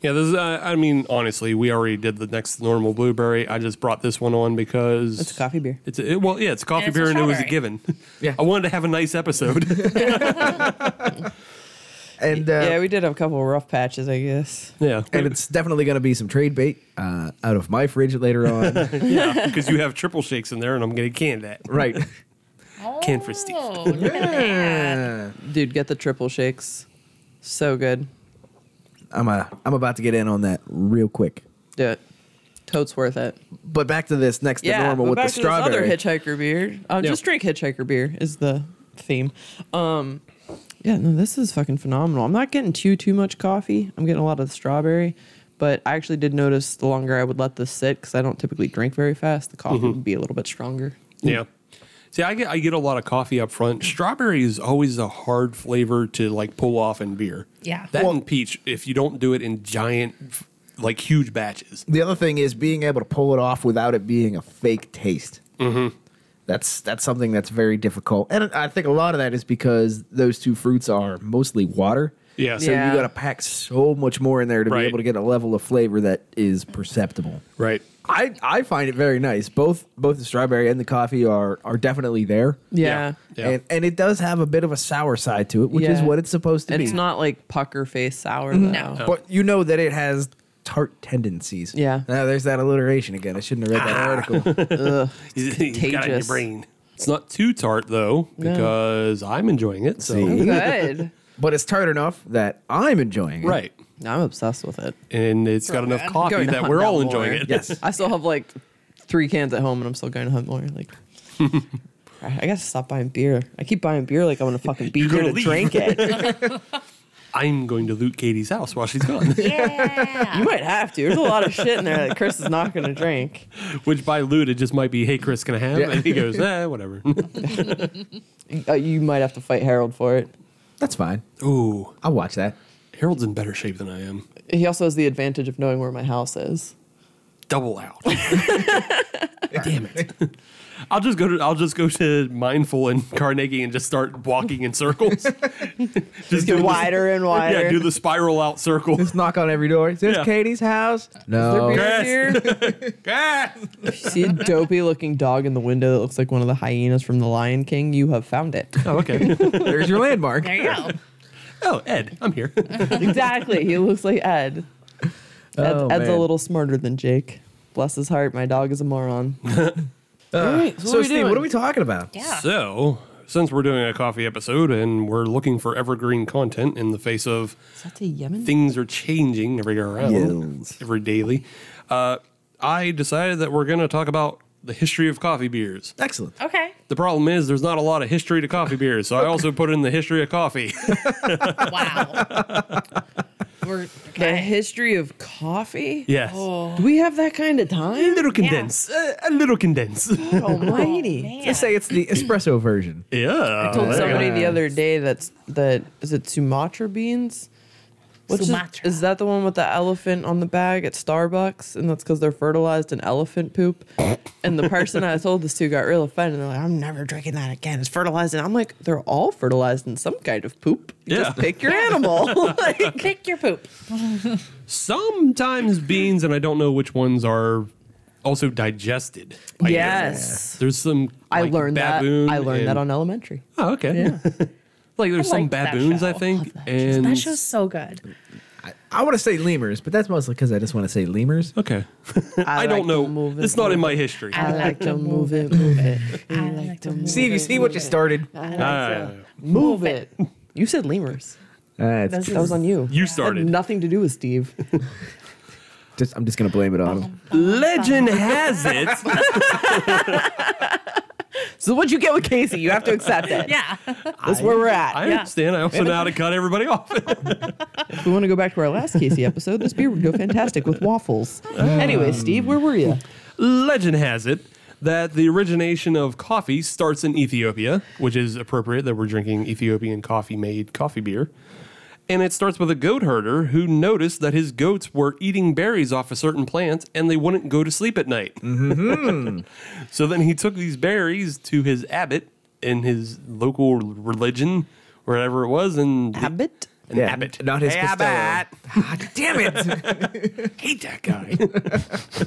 Yeah. This is, uh, I mean, honestly, we already did the next normal blueberry. I just brought this one on because
Mm.
It's a coffee beer.
It's a, it, well, yeah, it's coffee
it's a
beer, and it was a
strawberry.
given.
Yeah.
<laughs> I wanted to have a nice episode.
And uh,
yeah, we did have a couple of rough patches, I guess.
yeah,
and it's definitely going to be some trade bait uh, out of my fridge later
<laughs>
<laughs>
on.
because you have triple shakes in there, and I'm getting canned at.
right.
Can for Steve.
Oh, look at that.
Uh,
Dude, get the triple shakes. So good.
I'm uh, I'm about to get in on that real quick.
Do it. Totes worth it.
But back to this next to
yeah,
normal
but
with
back
the
to this
strawberry.
other hitchhiker beer. Uh, Just drink hitchhiker beer is the theme. Um, yeah, no, this is fucking phenomenal. I'm not getting too too much coffee. I'm getting a lot of the strawberry, but I actually did notice the longer I would let this sit because I don't typically drink very fast, the coffee
Mm-hmm.
would be a little bit stronger.
Yeah. See, I get I get a lot of coffee up front. Strawberry is always a hard flavor to like pull off in beer.
Yeah.
that and peach. If you don't do it in giant, f- like huge batches.
the other thing is being able to pull it off without it being a fake taste. Mm-hmm. That's that's something that's very difficult, and I think a lot of that is because those two fruits are mostly water.
Yeah.
So
Yeah.
you got to pack so much more in there to
Right.
be able to get a level of flavor that is perceptible.
Right.
I, I find it very nice. Both both the strawberry and the coffee are are definitely there.
Yeah.
Yeah.
And and it does have a bit of a sour side to it, which is
Yeah.
what it's supposed to
And
be.
it's not like pucker face sour
No.
though.
but you know that it has tart tendencies.
Yeah.
Now there's that alliteration again. I shouldn't have
Ah.
read that
<laughs>
article.
It's got it in your
contagious.
brain. It's not too tart though, because I'm enjoying it. So
<laughs>
See?
Good.
But it's tart enough that I'm enjoying it.
right,
I'm obsessed with it.
and it's got enough
Throwback.
coffee
Going
that
on
we're all
down <laughs>
enjoying
more.
it.
Yes.
I still have like three cans at home, and I'm still going to hunt more. Like <laughs> I gotta stop buying beer. I keep buying beer like I'm gonna fucking be here
gonna
to
leave.
drink it. you
<laughs> I'm going to loot Katie's house while she's gone. <laughs>
<laughs> Yeah.
might have to. There's a lot of shit in there that Chris is not gonna drink.
Which by loot, it just might be, hey, Chris, can I have?
Yeah.
And he goes, eh, whatever.
Uh, you might have to fight Harold for it.
That's fine.
Ooh,
I'll watch that.
Harold's in better shape than I am.
He also has the advantage of knowing where my house is.
Double <laughs> out. Damn it. <laughs> I'll just go to I'll just go to mindful and Carnegie and just start walking in <laughs> circles. just do the-
wider and wider.
<laughs> Yeah, do the spiral out circle. <laughs>
Just knock on every door. Is this
Yeah.
Katie's house? No.
Oh.
Is
Is
there beer here?
<laughs>
<laughs>
If you see a dopey looking dog in the window that looks like one of the hyenas from The Lion King, you have found
<laughs>
it.
Oh, okay.
There's your landmark.
There you go.
oh, Ed, I'm <laughs> here.
exactly. He looks like Ed. Ed
Oh,
Ed's a
man.
little smarter than Jake. Bless his heart, my dog is a
<laughs>
moron. All right,
Uh, So, Steve, what are we talking about?
Yeah.
So, since we're doing a coffee episode and we're looking for evergreen content in the face of
Is that to Yemen?
things are changing every around every daily, uh, I decided that we're going to talk about the history of coffee beers.
Excellent.
Okay.
The problem is there's not a lot of history to coffee beers, so I also put in the history of coffee. <laughs>
Wow. We're
the
okay.
history of coffee?
yes.
Do we have that kind of
A
time?
little condensed. A, a little condensed.
Almighty.
Oh, Man.
Let's say it's the espresso version.
yeah.
told somebody the other day that's that is it Sumatra beans? What's the-
Sumatra.
is that the one with the elephant on the bag at Starbucks? And that's because they're fertilized in elephant poop. and the person I told this to got real offended. They're like, I'm never drinking that again. It's fertilized. And I'm like, they're all fertilized in some kind of poop. You Just
Yeah.
pick your animal.
<laughs>
Like,
Pick your poop.
Sometimes beans, and I don't know which ones are also digested. by
Yes.
animals. There's some.
I
like,
learned that.
baboon
I learned that
and-
on elementary.
Oh, okay. <laughs> like there's
I
some
liked that
baboons, I
show.
think,
Love that show.
and
that show's so good.
I want to say lemurs, but that's mostly because I just want to say lemurs.
okay. I,
like
don't
to
know.
move it,
It's not in
move
my history.
I like to move it.
move it,
I like to move
Steve, you see what you started?
Ah,
move it. You said lemurs.
That's
This
That was
is-
on you.
you
Had
started.
nothing to do with Steve. <laughs>
just, I'm just gonna blame it on him.
Legend has it.
So what you get with Casey, you have to accept it.
Yeah.
That's where we're at.
I understand. I also know how to cut everybody off.
If we want to go back to our last Casey episode, this beer would go fantastic with waffles. anyway, Steve, where were you?
Legend has it that the origination of coffee starts in Ethiopia, which is appropriate that we're drinking Ethiopian coffee made coffee beer. And it starts with a goat herder who noticed that his goats were eating berries off of certain plants and they wouldn't go to sleep at night.
Mm-hmm.
<laughs>
<laughs>
so then he took these berries to his abbot in his local religion, wherever it was, and
Abbott?
an abbot.
not his
Hey,
Costello.
abbot
Ah, damn it!
<laughs> hate that guy.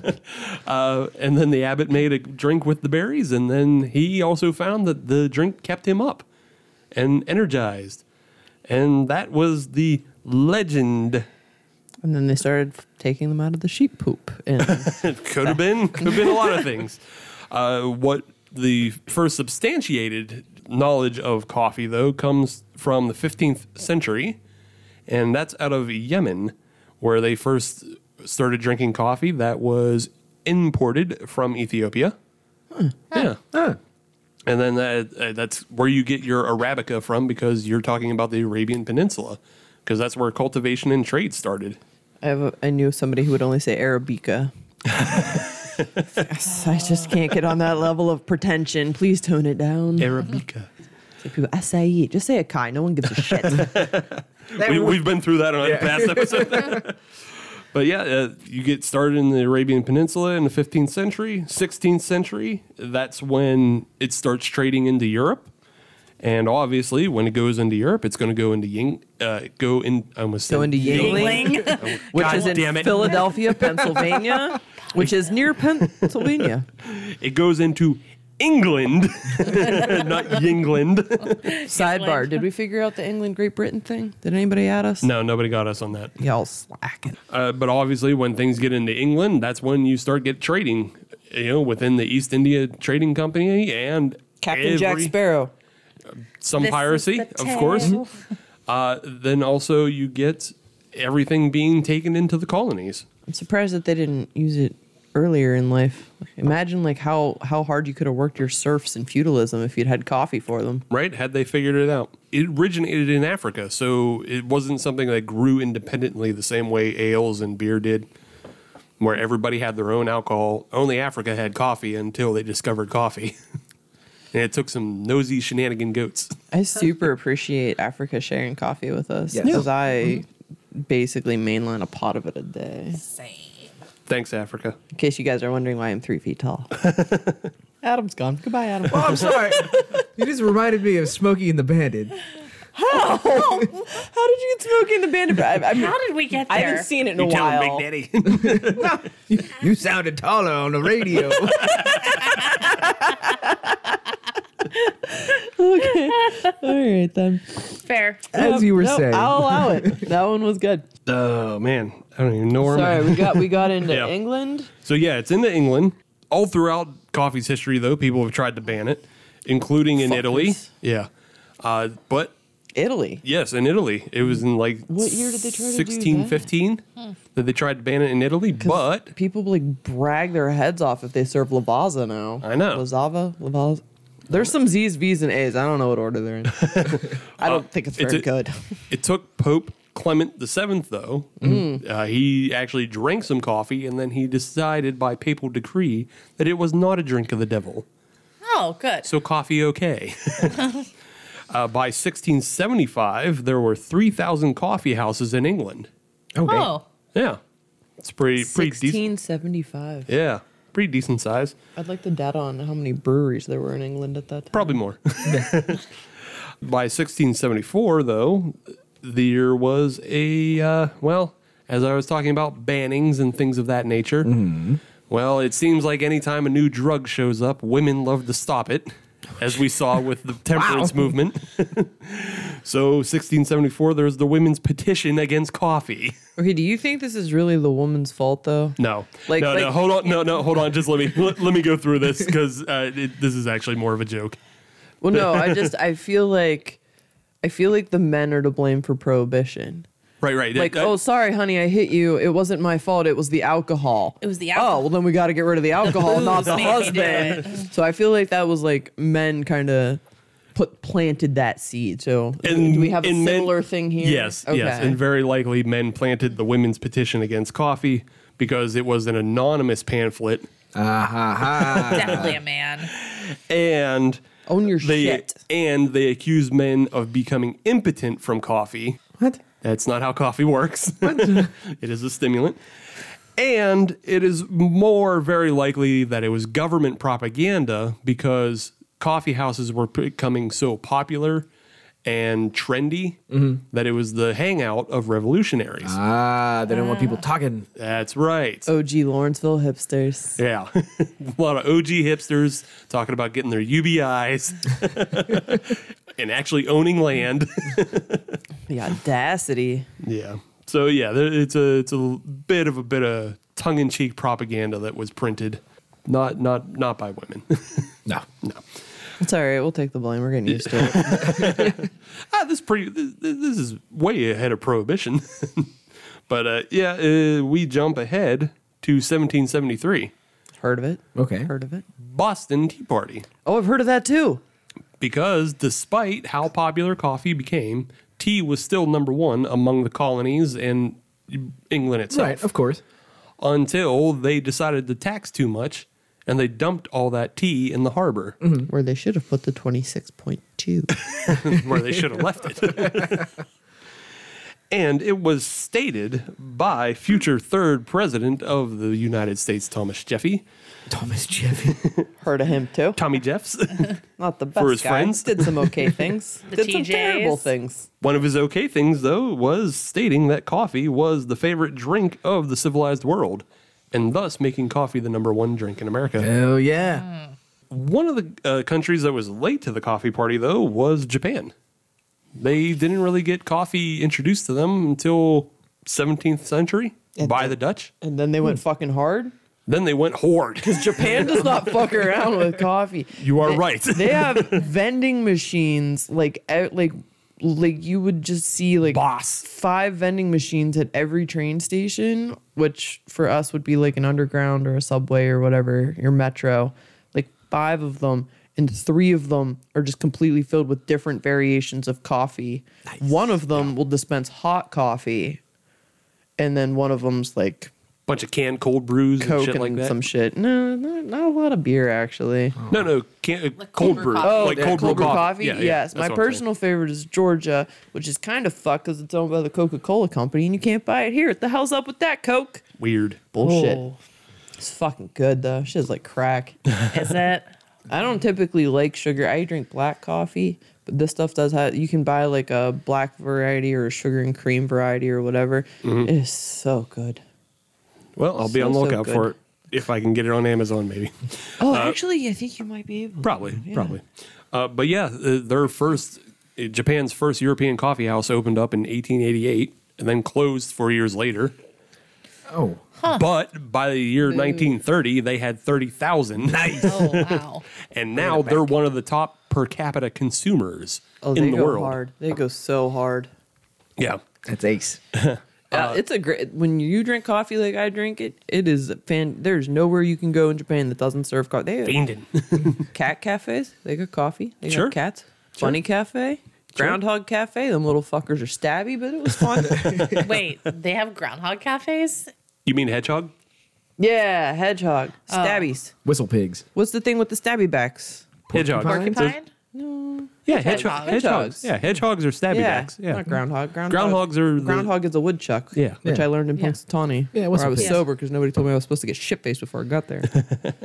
uh, and then the abbot made a drink with the berries, and then he also found that the drink kept him up and energized. And that was the legend.
And then they started f- taking them out of the sheep poop. And
It could have been, could have been a lot of things. Uh, what the first substantiated knowledge of coffee, though, comes from the 15th century, and that's out of Yemen, where they first started drinking coffee that was imported from Ethiopia. Yeah. And then that, uh, that's where you get your Arabica from because you're talking about the Arabian Peninsula, because that's where cultivation and trade started.
I have a, I knew somebody who would only say Arabica. Yes, I just can't get on that level of pretension. Please tone it down.
Arabica.
It's like people, acai. Just say acai. No one gives a shit.
we, we've been through that on a past episode. but yeah, uh, you get started in the Arabian Peninsula in the 15th century, 16th century. That's when it starts trading into Europe. And obviously, when it goes into Europe, it's going to go into Ying, uh, go in. I almost
Go
said
into Yingling, which
God
is in
damn it.
Philadelphia, Pennsylvania, which is near
<laughs>
Pennsylvania.
<laughs> It goes into England, <laughs> not
<laughs>
Yingland.
Sidebar: Did we figure out the England Great Britain thing? Did anybody add us?
no, nobody got us on that.
Y'all slacking.
Uh, but obviously, when things get into England, that's when you start get trading. You know, within the East India Trading Company and
Captain Jack
every-
Sparrow.
some
This is
piracy,
the
of course.
tale.
Uh, then also you get everything being taken into the colonies.
I'm surprised that they didn't use it earlier in life. Imagine like how how hard you could have worked your serfs in feudalism if you'd had coffee for them.
right? Had they figured it out? It originated in Africa, so it wasn't something that grew independently the same way ales and beer did, where everybody had their own alcohol. Only Africa had coffee until they discovered coffee. <laughs> and it took some nosy shenanigan goats. <laughs>
I super appreciate Africa sharing coffee with us
Yes.
because I
Mm-hmm.
basically mainline a pot of it a day.
Thanks, Africa.
In case you guys are wondering why I'm three feet
<laughs>
tall. Adam's gone. Goodbye, Adam.
Oh, I'm sorry. you just reminded me of Smokey and the Bandit.
Oh, How did you get Smokey and the Bandit? I, I,
How did we get
I
there?
haven't seen it in a
Tell 'em,
<laughs>
while. <laughs>
Big Daddy.
You sounded taller on the radio.
All right then.
Fair.
As you were
Nope,
saying.
I'll allow <laughs> it. That one was good.
oh man, I don't even know where I'm
Sorry,
at.
we got we got into
Yeah.
England.
<laughs> So yeah, it's in the England. All throughout coffee's history, though, people have tried to ban it, including in Italy.
Fuckers.
Yeah, uh, but
Italy.
Yes, in Italy. It was in like
What year did they try to do that?
1615 that? they tried to ban it in Italy, but
People like brag their heads off if they serve Lavazza now.
I know.
Lavazza, Lavazza. There's some Z's, V's, and A's. I don't know what order
<laughs>
they're in. I don't think it's
it's
very
a-
good.
it took Pope Clement VII, though.
Mm.
Uh, he actually drank some coffee and then he decided by papal decree that it was not a drink of the devil.
Oh, good.
So coffee okay. <laughs> uh, by 1675, there were 3,000 coffee houses in England.
Okay.
oh,
Yeah. It's pretty, pretty decent.
1675.
Yeah. Pretty decent size.
I'd like the data on how many breweries there were in England at that time.
Probably more. <laughs> By 1674, though, there was a, uh, well, as I was talking about bannings and things of that nature, well, it seems like anytime a new drug shows up, women love to stop it, as we saw with the temperance movement. <laughs> so, 1674, there's the women's petition against coffee.
Okay, do you think this is really the woman's fault though?
No,
Like-
no, no.
like-
Hold on, no, no. Hold on. Just let me <laughs> let, let me go through this because uh, it- this is actually more of a joke.
Well, no, I just I feel like I feel like the men are to blame for prohibition.
Right, right.
Like,
Uh,
oh, sorry, honey, I hit you. It wasn't my fault. It was the alcohol.
It was the
Oh,
alcohol.
well, then we got to get rid of the
<laughs>
alcohol, not
booze
the
made me do
husband. So I feel like that was like men kind of put planted that seed. So
And-
do we have a
and men-
similar thing here?
Yes, yes, and very likely men planted the women's petition against coffee because it was an anonymous pamphlet,
definitely a man.
and
Own your
they
shit.
and they accused men of becoming impotent from coffee.
What?
That's not how coffee works. <laughs> it is a stimulant. And it is more very likely that it was government propaganda because coffee houses were becoming so popular and trendy
Mm-hmm.
that it was the hangout of revolutionaries.
Ah, they don't want people talking.
That's right.
OG Lawrenceville hipsters.
Yeah. <laughs> a lot of OG hipsters talking about getting their UBIs <laughs> and actually owning land. <laughs>
The audacity.
yeah. So yeah, there- it's a it's a bit of a bit of tongue in cheek propaganda that was printed. Not not not by women. <laughs>
No.
It's all right. We'll take the blame. We're getting used to
<laughs>
it.
ah, this pretty this, this is way ahead of prohibition. <laughs> but uh, yeah, uh, we jump ahead to 1773,
Heard of it?
Okay.
Heard of it?
Boston Tea Party.
Oh, I've heard of that too.
because despite how popular coffee became, tea was still number one among the colonies and England itself
Right, of course.
until they decided to tax too much and they dumped all that tea in
<laughs>
the harbor
Mm-hmm.
Where they should have put the twenty six point two.
where they should have left it.
<laughs>
and it was stated by future third president of the United States, Thomas Jeffy,
Thomas Jeffy.
<laughs> Heard of him too.
<laughs>
Tommy Jeffs,
Not the best
For his
guy.
friends?
Did some
<laughs>
okay things.
The
Did some
TJs.
terrible things.
One of his okay things, though, was stating that coffee was the favorite drink of the civilized world, and thus making coffee the number one drink in America.
Hell Oh, yeah.
One of the uh, countries that was late to the coffee party, though, was Japan. They didn't really get coffee introduced to them until 17th century
And
by
the-
the Dutch.
And then they went fucking hard.
Then they
<laughs>
went hoard. <laughs>
Japan does not fuck around with coffee.
You are right.
They have vending machines like out, like like you would just see like
Boss.
five vending machines at every train station, which for us would be like an underground or a subway or whatever, your metro, like five of them. And three of them are just completely filled with different variations of coffee. One of them will dispense hot coffee, and then one of them's like
bunch of canned cold brews and
Coke
shit
and
like that.
some shit. No, not, not a lot of beer actually.
no, no, can, uh, cold
Like cold
brew.
brew coffee.
Oh,
like
cold, brew coffee.
Yeah, yeah,
yes,
that's
my
what I'm saying.
personal favorite is Georgia, which is kind of fucked because it's owned by the Coca Cola Company, and you can't buy it here. What the hell's up with that Coke?
Weird.
Bullshit.
Oh.
It's fucking good though. Shit's like
<laughs>
crack.
Is it?
I don't typically like sugar. I drink black coffee, but this stuff does have. You can buy like a black variety or a sugar and cream variety or whatever.
Mm-hmm.
It is so good.
Well, I'll be
So,
on the
so
lookout
good.
for it if I can get it on Amazon, maybe.
Oh, actually, I think you might be able.
Probably,
to, yeah.
probably. Uh, but yeah, uh, their first uh, Japan's first European coffee house opened up in 1888 and then closed four years later.
Oh.
But by the year 1930, they had 30,000. Nice.
Oh wow.
And now they're one of the top per capita consumers
Oh, they
in the
go
world.
hard. They go so hard.
Yeah.
That's ace.
Uh, it's a great when you drink coffee like I drink it. It is fan. There's nowhere you can go in Japan that doesn't serve coffee. They have
Fiendin'.
cat cafes. They got coffee. They
Sure.
got cats. Bunny cafe. Groundhog cafe. Them little fuckers are stabby, but it was
<laughs>
fun.
Wait, they have groundhog cafes?
<laughs> you mean hedgehog?
yeah, hedgehog stabbies.
Whistle pigs.
What's the thing with the stabby backs?
Hedgehog.
Porcupine?
Yeah, hedgehog.
Hedgehogs.
hedgehogs. Yeah, hedgehogs are stabby
yeah,
backs. Yeah.
not groundhog. Groundhog.
Groundhogs are the-
Groundhog is a woodchuck.
Yeah.
which
Yeah.
I learned in
Yeah.
Punxsutawney.
Yeah,
where
what's
I
a
was
pig?
sober because nobody told me I was supposed to get shit faced before I got
<laughs>
there.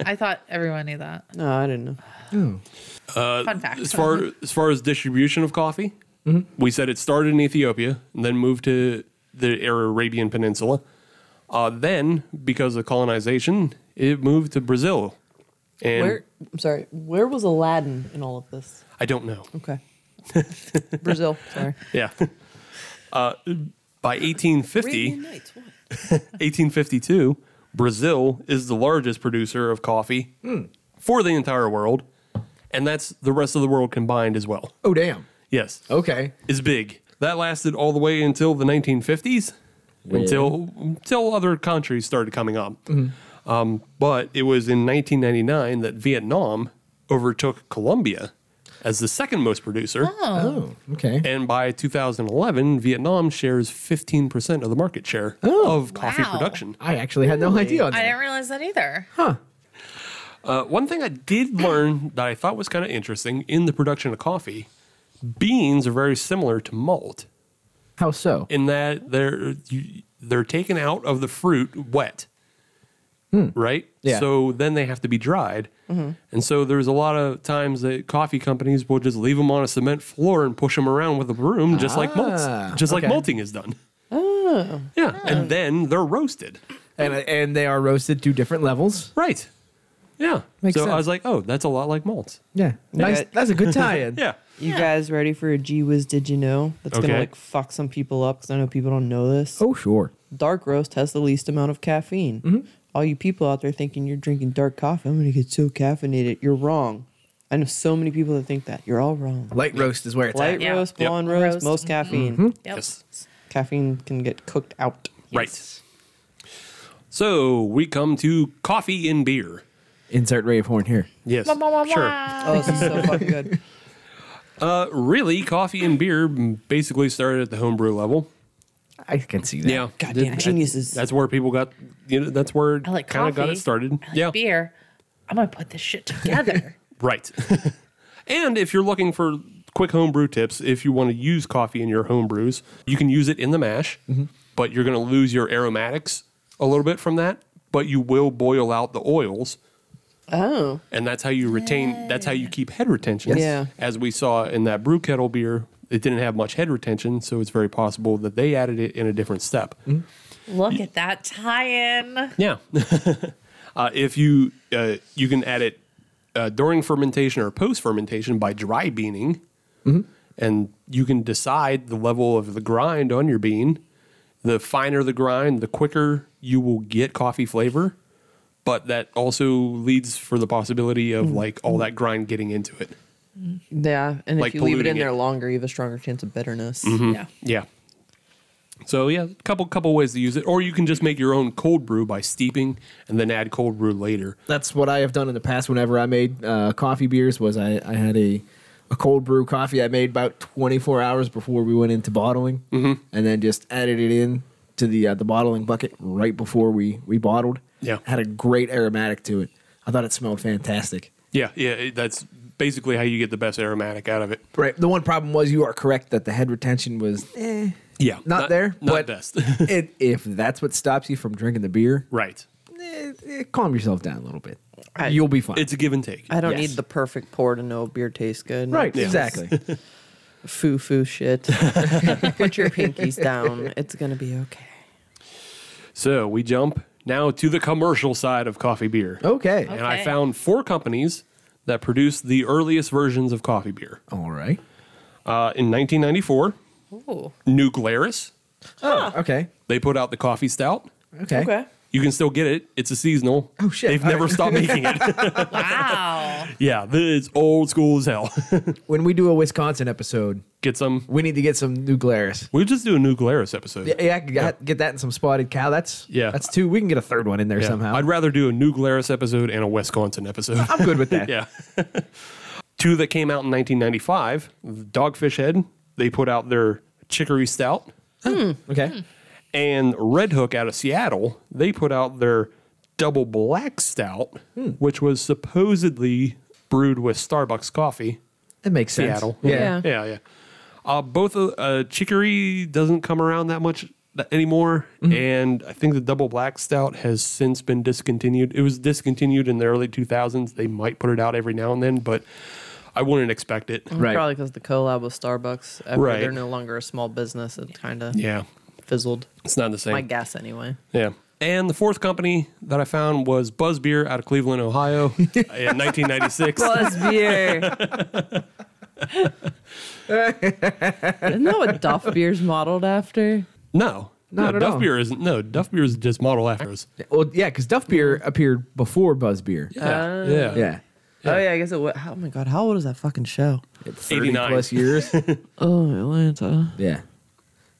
I thought everyone knew that. Uh,
no, I didn't know.
Fun fact.
As far as far as distribution of coffee, we said it started in Ethiopia and then moved to the Arabian Peninsula. Uh, then, because of colonization, it moved to Brazil. And
Where? I'm sorry. Where was Aladdin in all of this?
I don't know.
<laughs> Okay. Brazil. Sorry.
Yeah. <laughs> Uh, by 1850,
Arabian Nights, what?
1852, Brazil is the largest producer of coffee for the entire world, and that's the rest of the world combined as well.
Oh, damn.
Yes.
Okay.
is big. That lasted all the way until the 1950s, until until other countries started coming up. Um, but it was in 1999 that Vietnam overtook Colombia as the second most producer,
Uh,
Oh, okay.
and by 2011, Vietnam shares 15 percent of the market share of coffee
Wow.
production.
I actually had no idea on
I didn't
that.
realize that either.
Uh, one thing I did learn that I thought was kind of interesting in the production of coffee, beans are very similar to malt.
How so?
in that they're you, they're taken out of the fruit wet, right?
Yeah.
So then they have to be dried, and so there's a lot of times that coffee companies will just leave them on a cement floor and push them around with a broom, just like malts,
Ah,
just like
okay.
malting is done. Oh. Yeah, and then they're roasted,
And and they are roasted to different levels.
right? Yeah.
Makes
so I
sense.
was like, oh, that's a lot like malts.
Yeah. Nice.
Yeah.
That's a good tie-in.
<laughs>
Yeah.
You guys ready for a G Whiz Did You Know? That's
Okay.
gonna like fuck some people up because I know people don't know this.
Oh, sure.
Dark roast has the least amount of caffeine.
Mm-hmm.
All you people out there thinking you're drinking dark coffee, I'm gonna get so caffeinated. You're wrong. I know so many people that think that. You're all wrong.
Light roast is where it's
Light
at.
Yeah.
roast,
Yep. Mm-hmm.
blonde roast,
Roast,
most caffeine.
Yep.
Yes.
Caffeine can get cooked out.
Right. So we come to coffee and beer.
Insert ray of horn here.
Yes.
Wah, wah, wah,
Sure.
wah.
Oh, this is so fucking good.
Uh, really, coffee and beer basically started at the homebrew level.
I can see that.
Goddamn
That-
geniuses.
That's where people got, you know, that's where
I like
kind of got
coffee.
it started.
I like
yeah,
beer. I'm gonna put this shit together.
right. <laughs> and if you're looking for quick homebrew tips, if you want to use coffee in your homebrews, you can use it in the mash, but you're going to lose your aromatics a little bit from that. But you will boil out the oils,
oh.
and that's how you retain. That's how you keep head retention.
Yes. Yeah.
As we saw in that brew kettle beer, it didn't have much head retention, so it's very possible that they added it in a different step.
<laughs> Look at that tie-in.
Yeah. <laughs> uh, if you uh, you can add it uh, during fermentation or post fermentation by dry beaning, and you can decide the level of the grind on your bean. The finer the grind, the quicker you will get coffee flavor. But that also leads for the possibility of like all that grind getting into it.
<laughs> Yeah, and
Like
if you leave it in
polluting
there
it. Mm-hmm.
longer, you have a stronger chance of bitterness.
Yeah.
Yeah. So yeah, a couple couple ways to use it, or you can just make your own cold brew by steeping and then add cold brew later.
That's what I have done in the past. Whenever I made uh, coffee beers, was I, I had a a cold brew coffee I made about 24 hours before we went into bottling, mm-hmm. and then just added it in to the uh, the bottling bucket right before we we bottled.
Yeah.
had a great aromatic to it. I thought it smelled fantastic.
Yeah, yeah, it- that's basically how you get the best aromatic out of it.
Right. The one problem was you are correct that the head retention was eh,
Yeah,
not, there.
not
but
best. <laughs>
it, if that's what stops you from drinking the beer,
right,
eh, eh, calm yourself down a little bit.
I-
You'll be fine.
it's a give and take.
I don't
Yes.
need the perfect pour to know beer tastes good.
right.
Yeah.
Exactly.
<laughs>
Foo foo
<laughs>
shit. Put your pinkies down. It's gonna be okay.
So we jump now to the commercial side of coffee beer,
okay.
and I
Okay.
found four companies that produced the earliest versions of coffee beer.
All right.
Uh, in 1994,
Ooh.
New Glarus
Oh, okay.
they put out the coffee stout.
Okay.
You can still get it. It's a seasonal.
Oh, shit.
They've
All
never
right. <laughs>
stopped making it. <laughs>
Wow.
yeah, this is old school as hell. <laughs>
When we do a Wisconsin episode,
get some.
we need to get some new Glarus.
We'll just do a new Glarus episode.
Yeah, yeah, I could get- get that and some spotted cow. That's
Yeah.
That's two. We can get a third one in there
Yeah.
somehow.
I'd rather do a new Glarus episode and a Wisconsin episode. <laughs>
I'm good with that.
yeah. Two that came out in 1995, Dogfish Head. They put out their Chicory Stout,
Okay.
and Red Hook out of Seattle. They put out their Double Black Stout,
Hmm.
which was supposedly brewed with Starbucks coffee.
That makes sense.
Seattle.
Yeah.
Yeah.
Yeah, yeah. Uh, both uh, uh, chicory doesn't come around that much th- anymore,
Mm-hmm.
and I think the double black stout has since been discontinued. It was discontinued in the early 2000s. They might put it out every now and then, but I wouldn't expect it.
Right.
Probably because the collab with Starbucks. After
Right.
They're no longer a small business. It kind of
Yeah,
fizzled.
it's not the same.
My guess, anyway.
Yeah. And the fourth company that I found was Buzz Beer out of Cleveland, Ohio,
<laughs>
in 1996.
Buzz beer. Isn't that what Duff beer's modeled after?
No,
Not
no,
at
Duff
all.
Beer isn't. No, Duff Beer is just model after us.
Well, yeah, because Duff Beer appeared before Buzz Beer. Yeah.
Yeah, yeah.
Oh yeah, I guess it. wa- Oh my god, how old is that fucking show?
30
89.
plus <laughs> years.
Oh, Atlanta.
yeah.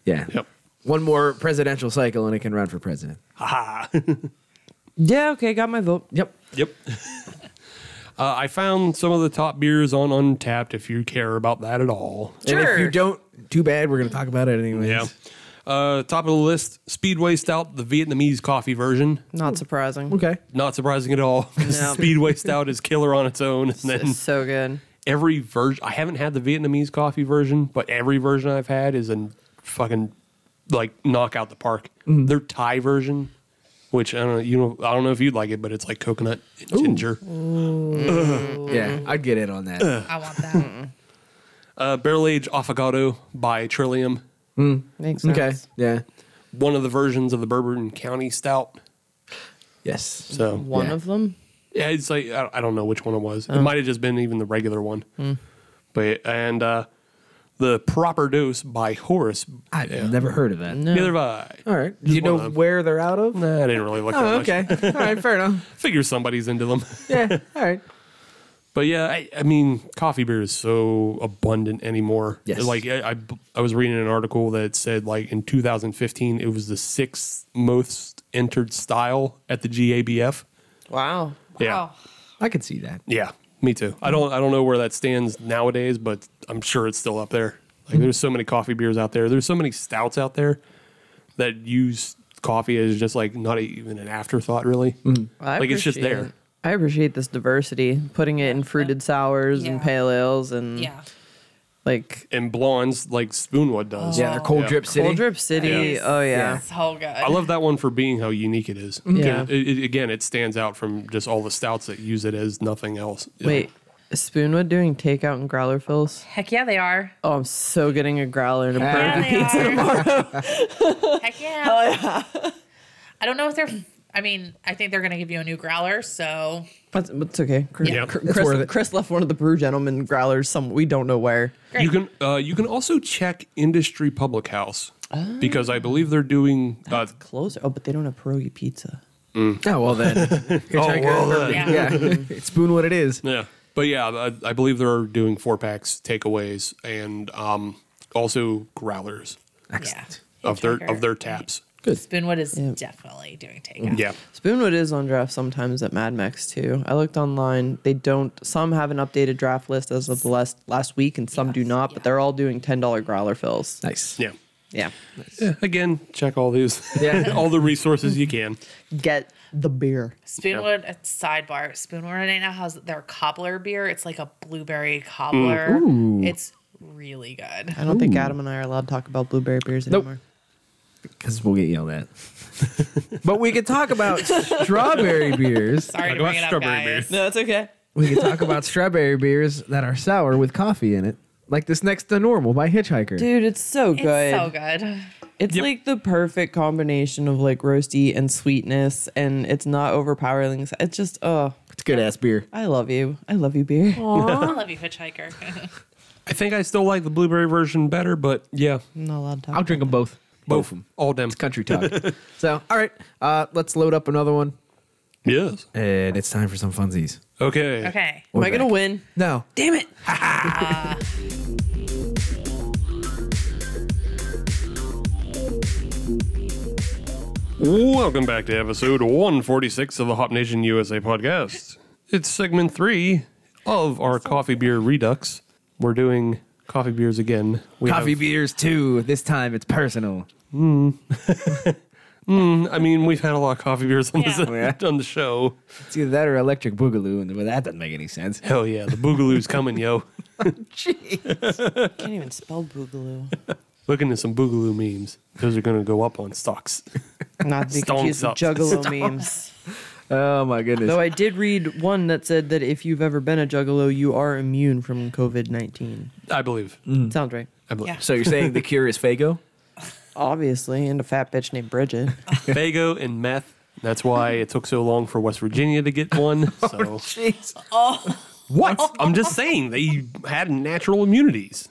Yeah.
Yep.
One more presidential cycle and it can run for president.
Yeah, okay, got my vote.
Yep.
Yep. <laughs> uh, I found some of the top beers on Untapped if you care about that at all.
And if you
Sure.
don't, too bad. We're going to talk about it anyways.
Uh, top of the list Speedway Stout, the Vietnamese coffee version.
Not surprising.
Okay.
Not surprising at all. 'cause
No.
Speedway Stout is killer on its own. And then
It's so good.
every version, I haven't had the Vietnamese coffee version, but every version I've had is a fucking like knock out the park. Their Thai version. Which I don't know, you know, I don't know if you'd like it, but it's like coconut and ginger.
Yeah. I'd get in on that.
I want that.
Uh, Barrel aged Affogato by Trillium.
Makes sense.
okay. Yeah.
one of the versions of the Bourbon County Stout.
Yes.
So
One
Yeah.
of them.
yeah, it's like I I don't know which one it was.
Oh.
It might have just been even the regular one.
Hmm.
But and uh, the proper dose by Horace.
I've never heard of that.
Neither have I.
All right. Do you know
one of them.
where they're out of?
Nah, I didn't really look.
<laughs> Oh,
that
okay.
Much.
<laughs> All right. Fair enough.
Figure somebody's into them. <laughs>
Yeah. All right.
But yeah, I, I mean, coffee beer is so abundant anymore.
Yes.
Like I, I, I was reading an article that said like in 2015 it was the sixth most entered style at the GABF.
Wow.
<laughs> Yeah.
Wow.
I could see that.
Yeah, me too. I don't I don't know where that stands nowadays, but I'm sure it's still up there. Like there's so many coffee beers out there. There's so many stouts out there that use coffee as just like not even an afterthought really.
I
Like it's just
appreciate
there.
it. I appreciate this diversity, putting it in fruited sours and
Yeah.
pale ales and
Yeah.
like
And blondes like Spoonwood does.
Yeah. They're cold
Yeah.
drip city.
Cold Drip City.
Yes.
Oh
Yeah.
yeah.
So good.
I love that one for being how unique it is.
Mm-hmm. Yeah.
It- it- again, it stands out from just all the stouts that use it as nothing else.
Wait, is Spoonwood doing takeout and growler fills?
Heck yeah, they are.
Oh, I'm so getting a growler and a burger.
Yeah, they are. <laughs> Heck yeah. Oh, yeah. I don't know if they're. I mean, I think they're gonna give you a new growler. So
But but it's okay. Chris,
Yeah.
Chris,
It's worth it.
Chris left one of the brew gentlemen growlers. Some we don't know where.
great.
You can uh, you can also check Industry Public House
Oh.
because I believe they're doing uh,
Closer. Oh, but they don't have pierogi pizza.
<laughs> Oh well then. You're trying to-
well,
yeah. <laughs> It's spoon what it is.
Yeah. But yeah, I, I believe they're doing four packs, takeaways, and um, also growlers
Excellent.
of their of their taps.
Spoonwood is definitely doing takeout.
Yeah,
Spoonwood is on draft sometimes at Mad Max too. I looked online; they don't. Some have an updated draft list as of the last last week, and some do not. But they're all doing ten dollar growler fills.
Nice.
yeah.
Yeah,
Yeah, Again, check all these,
Yeah.
<laughs> all the resources you can.
get the beer.
Spoonwood uh, sidebar. Spoonwood right now has their cobbler beer. It's like a
Mm,
blueberry cobbler. It's really good.
I don't think Adam and I are allowed to talk about blueberry beers
Nope.
anymore.
Because we'll get yelled at. <laughs> but we could talk about strawberry beers.
Sorry to
Talk about
bring it up,
strawberry
guys.
No, that's okay.
We could talk about strawberry beers that are sour with coffee in it. Like this next to normal by Hitchhiker.
Dude, it's so
It's
good.
<laughs>
so good.
It's like the perfect combination of like roasty and sweetness, and it's not overpowering. It's just, oh,
It's good ass beer.
I love you. I love you, beer.
Oh, I love you, Hitchhiker. <laughs>
I think I still like the blueberry version better, but yeah,
I'm not allowed to talk.
I'll drink them both.
both of them, all them.
Country <laughs> talk. so, all right, uh, let's load up another one.
Yes.
And it's time for some funsies.
Okay.
okay.
Am I gonna win?
No.
Damn it!
Welcome back to episode 146 of the Hop Nation USA podcast. It's segment three of our coffee beer redux. We're doing coffee beers again. We
Coffee
have-
beers too. This time it's personal.
I mean, we've had a lot of coffee beers on, this,
Yeah.
<laughs> on the show.
It's either that or electric boogaloo, and well, that doesn't make any sense.
Hell yeah, the Boogaloo's coming, yo.
Can't even spell boogaloo.
Look into some Boogaloo memes. Those are going to go up on stocks.
Not to be
<laughs> Stones
confused with
up.
juggalo memes.
Oh my goodness.
Though I did read one that said that if you've ever been a juggalo, you are immune from COVID nineteen.
<laughs> I believe.
Sounds right.
I believe.
Yeah.
so you're saying the cure is Fago?
Obviously, and a fat bitch named
<laughs>
Bridget.
Fago and meth. That's why it took so long for West Virginia to get <laughs> one. So what? <laughs> I'm just saying they had natural immunities.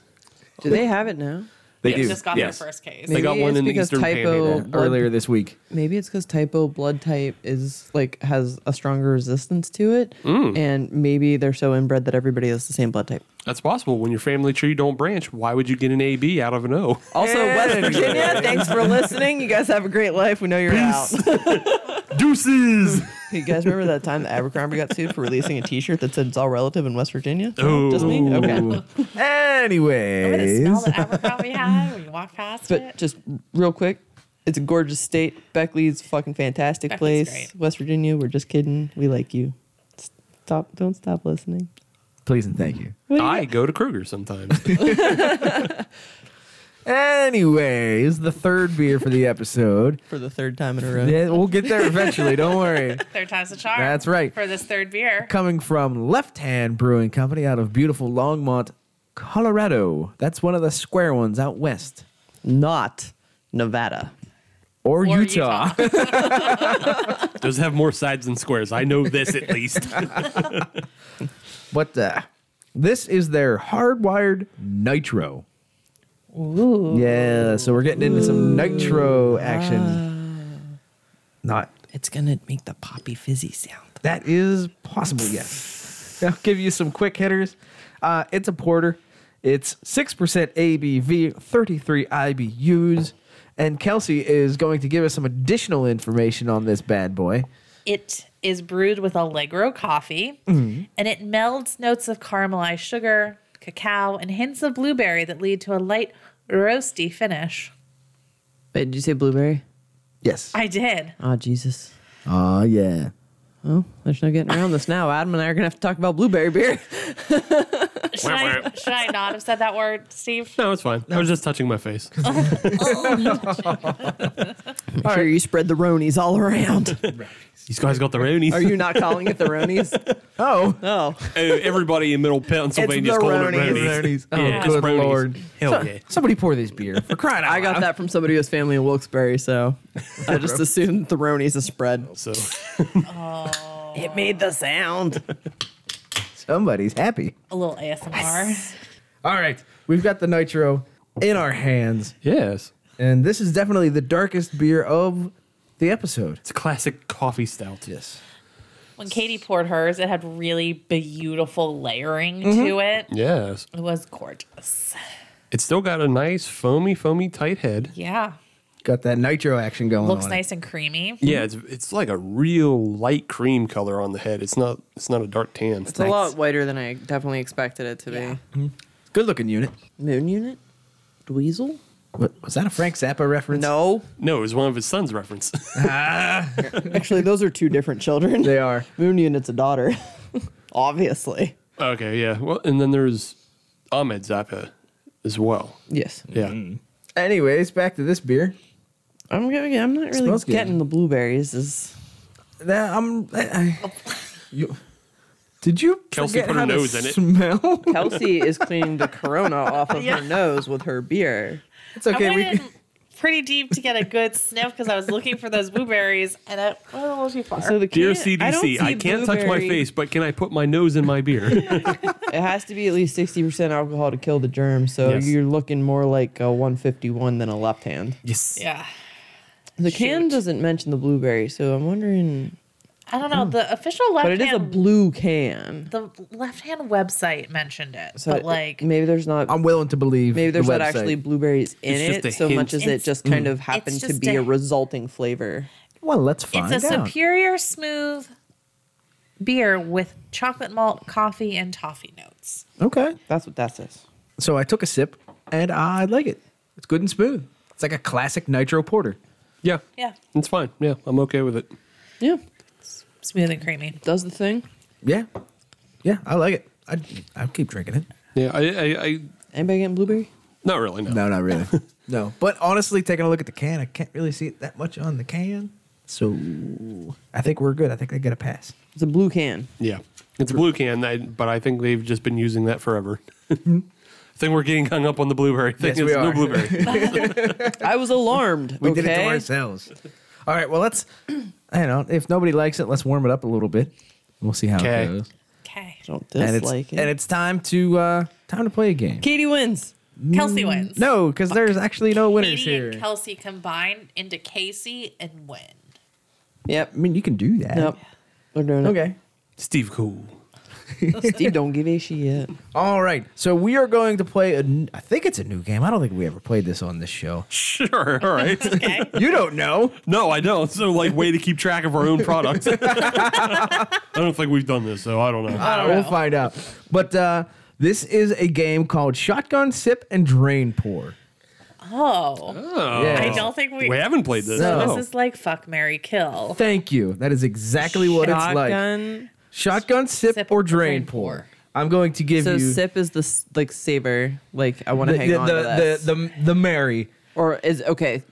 Do they have it now?
They
They just got
yes.
their first case.
They got
Maybe
one
it's
in the
because
Eastern
typo-
Panhandle.
blood-
earlier this week.
Maybe it's because typo blood type is like has a stronger resistance to it,
Mm.
and maybe they're so inbred that everybody has the same blood type.
That's possible. When your family tree don't branch, why would you get an AB out of an O?
Also, West Virginia, thanks for listening. You guys have a great life. We know you're out.
Deuces.
you guys remember that time that Abercrombie got sued for releasing a T-shirt that said "It's all relative" in West Virginia?
Oh.
Just me? Okay.
Remember the
<laughs> Anyways,
smell
<laughs>
that Abercrombie had when you walk past
But
it?
just real quick, it's a gorgeous state. Beckley's a fucking fantastic
Beckley's
place.
great.
West Virginia, we're just kidding. We like you. Stop! Don't stop listening.
please and thank you.
I go to Kruger sometimes.
Anyways, the third beer for the episode.
For the third time in a row.
Yeah, we'll get there eventually. Don't worry.
Third time's the charm.
That's right.
For this third beer.
Coming from Left Hand Brewing Company out of beautiful Longmont, Colorado. That's one of the square ones out west.
Not Nevada.
Or,
Or
Utah.
Does have more sides than squares. I know this at least.
<laughs>
<laughs>
But uh, this is their hardwired nitro. Ooh. Yeah, so we're getting into some nitro action. Ah. Not
It's gonna make the poppy fizzy sound.
that is possible, yes. I'll give you some quick hitters. Uh, it's a porter. It's 6% ABV, 33 IBUs. And Kelsey is going to give us some additional information on this bad boy.
It is brewed with Allegro coffee
Mm-hmm.
and it melds notes of caramelized sugar, cacao, and hints of blueberry that lead to a light roasty finish.
Wait, did you say blueberry?
Yes.
I did.
Oh Jesus. Ah,
Oh, yeah.
Well, there's no getting around this now. Adam and I are gonna have to talk about blueberry beer.
Should I, should I not have said that word, Steve?
no, it's fine. I was just touching my face.
Make sure you spread the Ronies all around.
These guys got their own.
<laughs> are you not calling it the Ronies?
Oh.
Oh.
Everybody in Middle Pennsylvania is
the
calling it
Ronies.
Ronies. <laughs>
Oh,
Yeah, it's
good
Ronies.
lord.
Hell yeah.
Somebody pour this beer for crying out
I got that from somebody whose family in Wilkes-Barre,
<laughs>
so I just assumed the Ronies is spread.
So
It made the sound.
Somebody's happy.
A little ASMR.
All right, we've got the nitro in our hands,
yes,
and this is definitely the darkest beer of the episode.
it's a classic coffee stout.
Yes.
When Katie poured hers, it had really beautiful layering to
Mm-hmm.
it.
Yes.
It was gorgeous.
It's still got a nice foamy, foamy tight head.
Yeah.
Got that nitro action going
Looks nice and creamy.
Yeah, it's it's like a real light cream color on the head. It's not it's not a dark tan.
It's a lot whiter than I definitely expected it to be.
Yeah.
Good looking unit.
Moon unit? Dweezil?
What, was that a Frank Zappa reference?
No.
No, it was one of his son's reference.
<laughs>
<laughs>
Actually, those are two different children.
They are.
Moon unit's a daughter. <laughs> Obviously.
okay, yeah. Well, and then there's Ahmed Zappa as well.
Yes.
Yeah.
Anyways, back to this beer.
I'm gonna, I'm not really
Smells good.
getting the blueberries. Is
That I'm. I,
<laughs>
I, you, did you
Kelsey
forget
put her
how to
nose in it.
Smell. <laughs>
<laughs>
Kelsey is cleaning the corona off of
Yeah.
her nose with her beer.
It's okay.
I
We,
went in pretty deep to get a good sniff because I was looking for those blueberries and I went a little too far.
So the
Dear
can- don't
CDC,
see
I, can't touch my
blueberry.
face, but can I put my nose in my
<laughs>
beer? <laughs>
It has to be at least sixty percent alcohol to kill the germ. So
Yes.
you're looking more like a one fifty one than a left hand.
yes.
yeah.
The can doesn't mention the blueberry, so I'm wondering.
I don't know. The official left
But it is a
hand
blue can.
the left hand website mentioned it.
So
but
it-
like
maybe there's not.
I'm willing to believe.
Maybe there's
the
not
website.
actually blueberries in
It's
it
just a
so much
hint.
as it
It's-
just kind of happened to
just
be
a-
a resulting flavor.
Well, let's find
it's a
out.
superior smooth beer with chocolate malt, coffee, and toffee notes.
okay.
That's what that says.
So I took a sip, and I like it. It's good and smooth. It's like a classic nitro porter.
yeah.
Yeah.
It's fine. Yeah, I'm okay with it.
Yeah,
Smooth and creamy.
does the thing.
Yeah. Yeah, I like it. I I keep drinking it.
Yeah, I, I, I
Anybody getting blueberry?
not really. No.
No, not really. <laughs> no, but honestly, taking a look at the can, I can't really see it that much on the can. So I think we're good. I think I get a pass.
It's a blue can.
Yeah, it's a blue can, I, but I think they've just been using that forever. <laughs> I think we're getting hung up on the blueberry thing.
Yes, we
It's no
are.
blueberry.
I was alarmed.
<laughs> We
okay?
did it to ourselves. All right. Well, let's. <clears throat> I don't know. If nobody likes it, let's warm it up a little bit. We'll see how
Okay.
it goes.
Okay.
Don't
And
dislike
it's
it.
and it's time to uh time to play a game.
Katie wins.
Kelsey wins.
mm, No, because there's actually no winners
Katie
here.
and Kelsey combine into Casey and
<laughs>
win.
Yep.
I mean, you can do that.
Nope. We're doing it.
Okay.
Steve Cool.
Steve don't give a shit.
<laughs> All right. So we are going to play a. n- I think it's a new game. I don't think we ever played this on this show.
Sure. All right.
Oh.
<laughs> Okay.
You don't know.
No, I don't. So, like, way to keep track of our own product. I don't think we've done this, so I don't know.
Uh, <laughs> we'll find out. But uh, this is a game called Shotgun Sip and Drain Pour.
oh. I
Yeah.
don't think we.
Uh, We haven't played this.
So
No.
This is like fuck Mary Kill.
Thank you. That is exactly what it's like.
Shotgun.
Shotgun sip,
Sip
or
or
drain
drain
pour.
pour.
I'm going to give
So
you
sip is the s- like saver. Like I want
the,
to
the,
hang on to
the,
this.
the, the the Mary.
or is okay.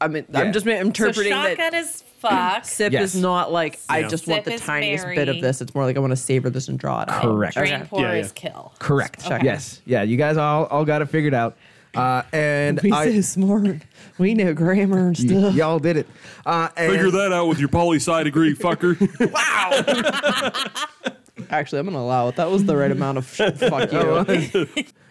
I mean,
Yeah.
I'm just
So
interpreting
shotgun
that.
is
<clears throat>
fuck.
Sip
Yes.
is not like I
Yeah.
just
Sip
want the
is
tiniest bit of
Mary.
this. It's more like I want to savor this and draw it out.
Correct.
Drain
Okay.
pour
Yeah,
is
yeah.
kill.
Correct.
Oh, Okay.
Yes. Yeah. You guys all all got it figured out. Uh, and
We
I,
so smart. We know grammar and
y-
stuff.
<laughs> y'all did it. Uh, and
Figure that out with your poli sci degree, fucker.
<laughs>
Actually, I'm gonna allow it. That was the right amount
<laughs>
of sh- fuck
Oh,
you.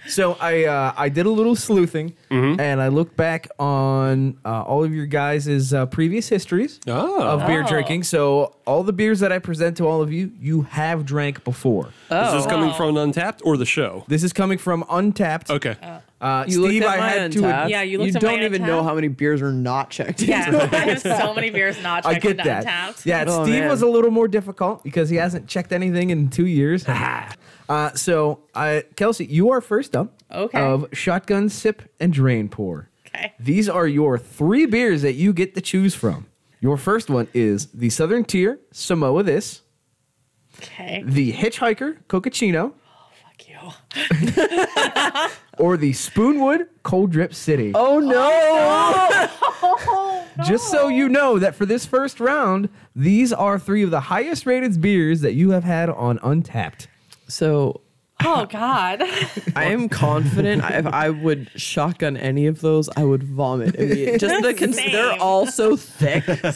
So I uh, I did a little sleuthing and I looked back on uh, all of your guys' uh, previous histories
Oh.
of beer
Oh.
drinking. So all the beers that I present to all of you, you have drank before.
Is
Oh,
this coming
Wow.
from Untapped or the show?
This is coming from Untapped.
Okay.
Uh,
you
Steve,
looked
I
at mine
had
on
to.
tap.
Yeah, you
you
looked at
don't
mine on
even
tap.
know how many beers are not checked.
Yeah, I have so many
<laughs>
beers not
I
checked
get
and
that.
untapped.
Yeah,
Oh,
Steve
man.
was a little more difficult because he hasn't checked anything in two years. uh, so, uh, Kelsey, you are first up
Okay.
of Shotgun Sip and Drain Pour.
Okay.
These are your three beers that you get to choose from. Your first one is the Southern Tier Samoa This,
Okay.
the Hitchhiker Cocachino,
Fuck you.
or the Spoonwood Cold Drip City.
Oh no!
Oh,
Just so you know that for this first round, these are three of the highest rated beers that you have had on Untapped.
So
Oh
<laughs>
God.
I am confident if I would shotgun any of those, I would vomit.
<laughs>
immediately. Just the cons- they're
Same.
all so thick. like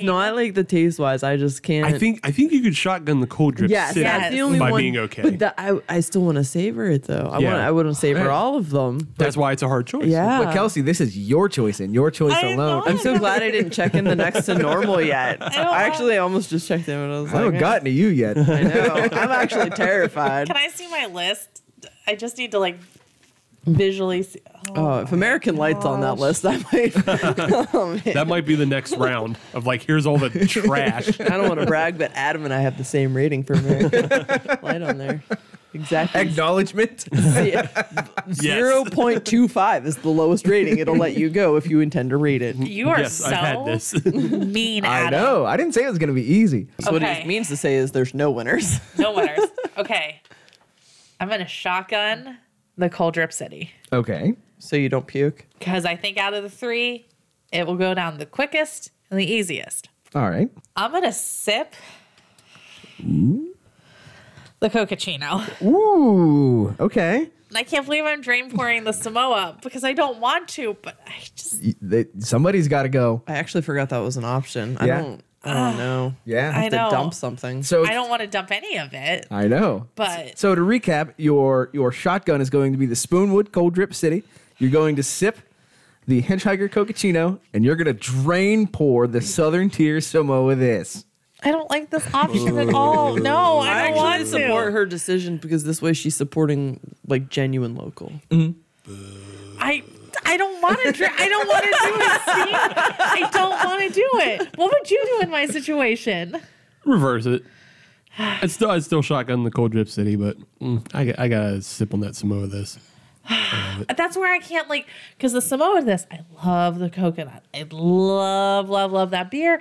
Same.
not like the taste wise. I just can't.
I think I think you could shotgun the cold drip
yes,
city
that's the
Yes.
only
by
one.
being okay.
But that, I I still want to savor it though. I
Yeah.
want I wouldn't savor
Right.
all of them.
That's why it's a hard choice.
Yeah.
But Kelsey, this is your choice and your choice
I
alone.
know.
I'm so glad I didn't check in the next to normal
<laughs> Oh.
yet. I actually almost just checked in, and I was
I
like,
haven't gotten to you
<laughs>
yet.
I know. I'm
<laughs>
actually terrified.
Can I see my list? I just need to like visually see. Oh.
Oh, if American Lights on that list, I might. oh, man.
That might be the next round of like here's all the trash.
I don't want to brag, but Adam and I have the same rating for American Light on there. Exactly.
Acknowledgement.
<laughs>
Zero point two five is the lowest rating. It'll let you go if you intend to rate it.
You are
Oh, yes,
so
I've had this. <laughs>
mean.
I
Adam.
know. I didn't say it was going to be easy.
So what
Okay.
it means to say is there's no winners.
No winners. Okay. I'm gonna shotgun the cold drip city
Okay.
So you don't puke.
because I think out of the three, it will go down the quickest and the easiest.
All right.
I'm gonna sip the cocachino.
Ooh. Okay.
And I can't believe I'm drain pouring the Samoa because I don't want to, but I just
Y- they- somebody's got to go.
I actually forgot that was an option. I
Yeah.
don't. I don't
Ah.
know.
Yeah.
I
Have to
know.
dump something.
So
I don't want to dump any of it.
I know.
But-
so to recap, your your shotgun is going to be the Spoonwood Cold Drip City. You're going to sip the Hitchhiker Cocachino, and you're going to drain pour the Southern Tier Samoa. This.
I don't like this option at all. No, I don't want to.
support her decision because this way she's supporting like genuine local.
I I don't want to. Dr- I don't want to do it. See, I don't want to do it. What would you do in my situation?
Reverse it. It's still it's still shotgun the cold drip city, but mm, I, got- I gotta sip on that Samoa. This
That's where I can't like because the Samoa. This I love the coconut. I love love love that beer,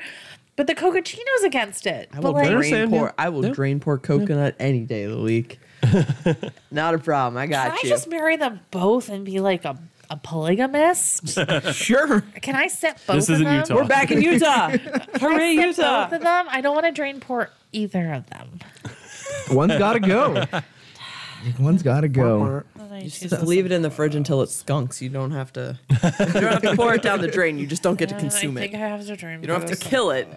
but the cocachino's against it.
I
but
will
like,
drain
Understand,
pour.
yeah.
I will drain pour coconut any day of the week. Not a problem. I
can
got
I
you.
just marry them both and be like a a
<laughs>
polygamist?
Sure.
Can I set both?
This
of
isn't
them?
Utah. We're
Back in Utah. Hooray,
Set
Utah.
Both of them. I don't want to drain pour either of them.
One's got to <laughs> go. One's got to go.
And I choose
Just
the
leave it in the fridge until it skunks. You don't have
<laughs>
to. You don't have to pour it down the drain. You just don't get to
Samoa.
consume
I think
it.
I have to drain.
You don't have to kill it.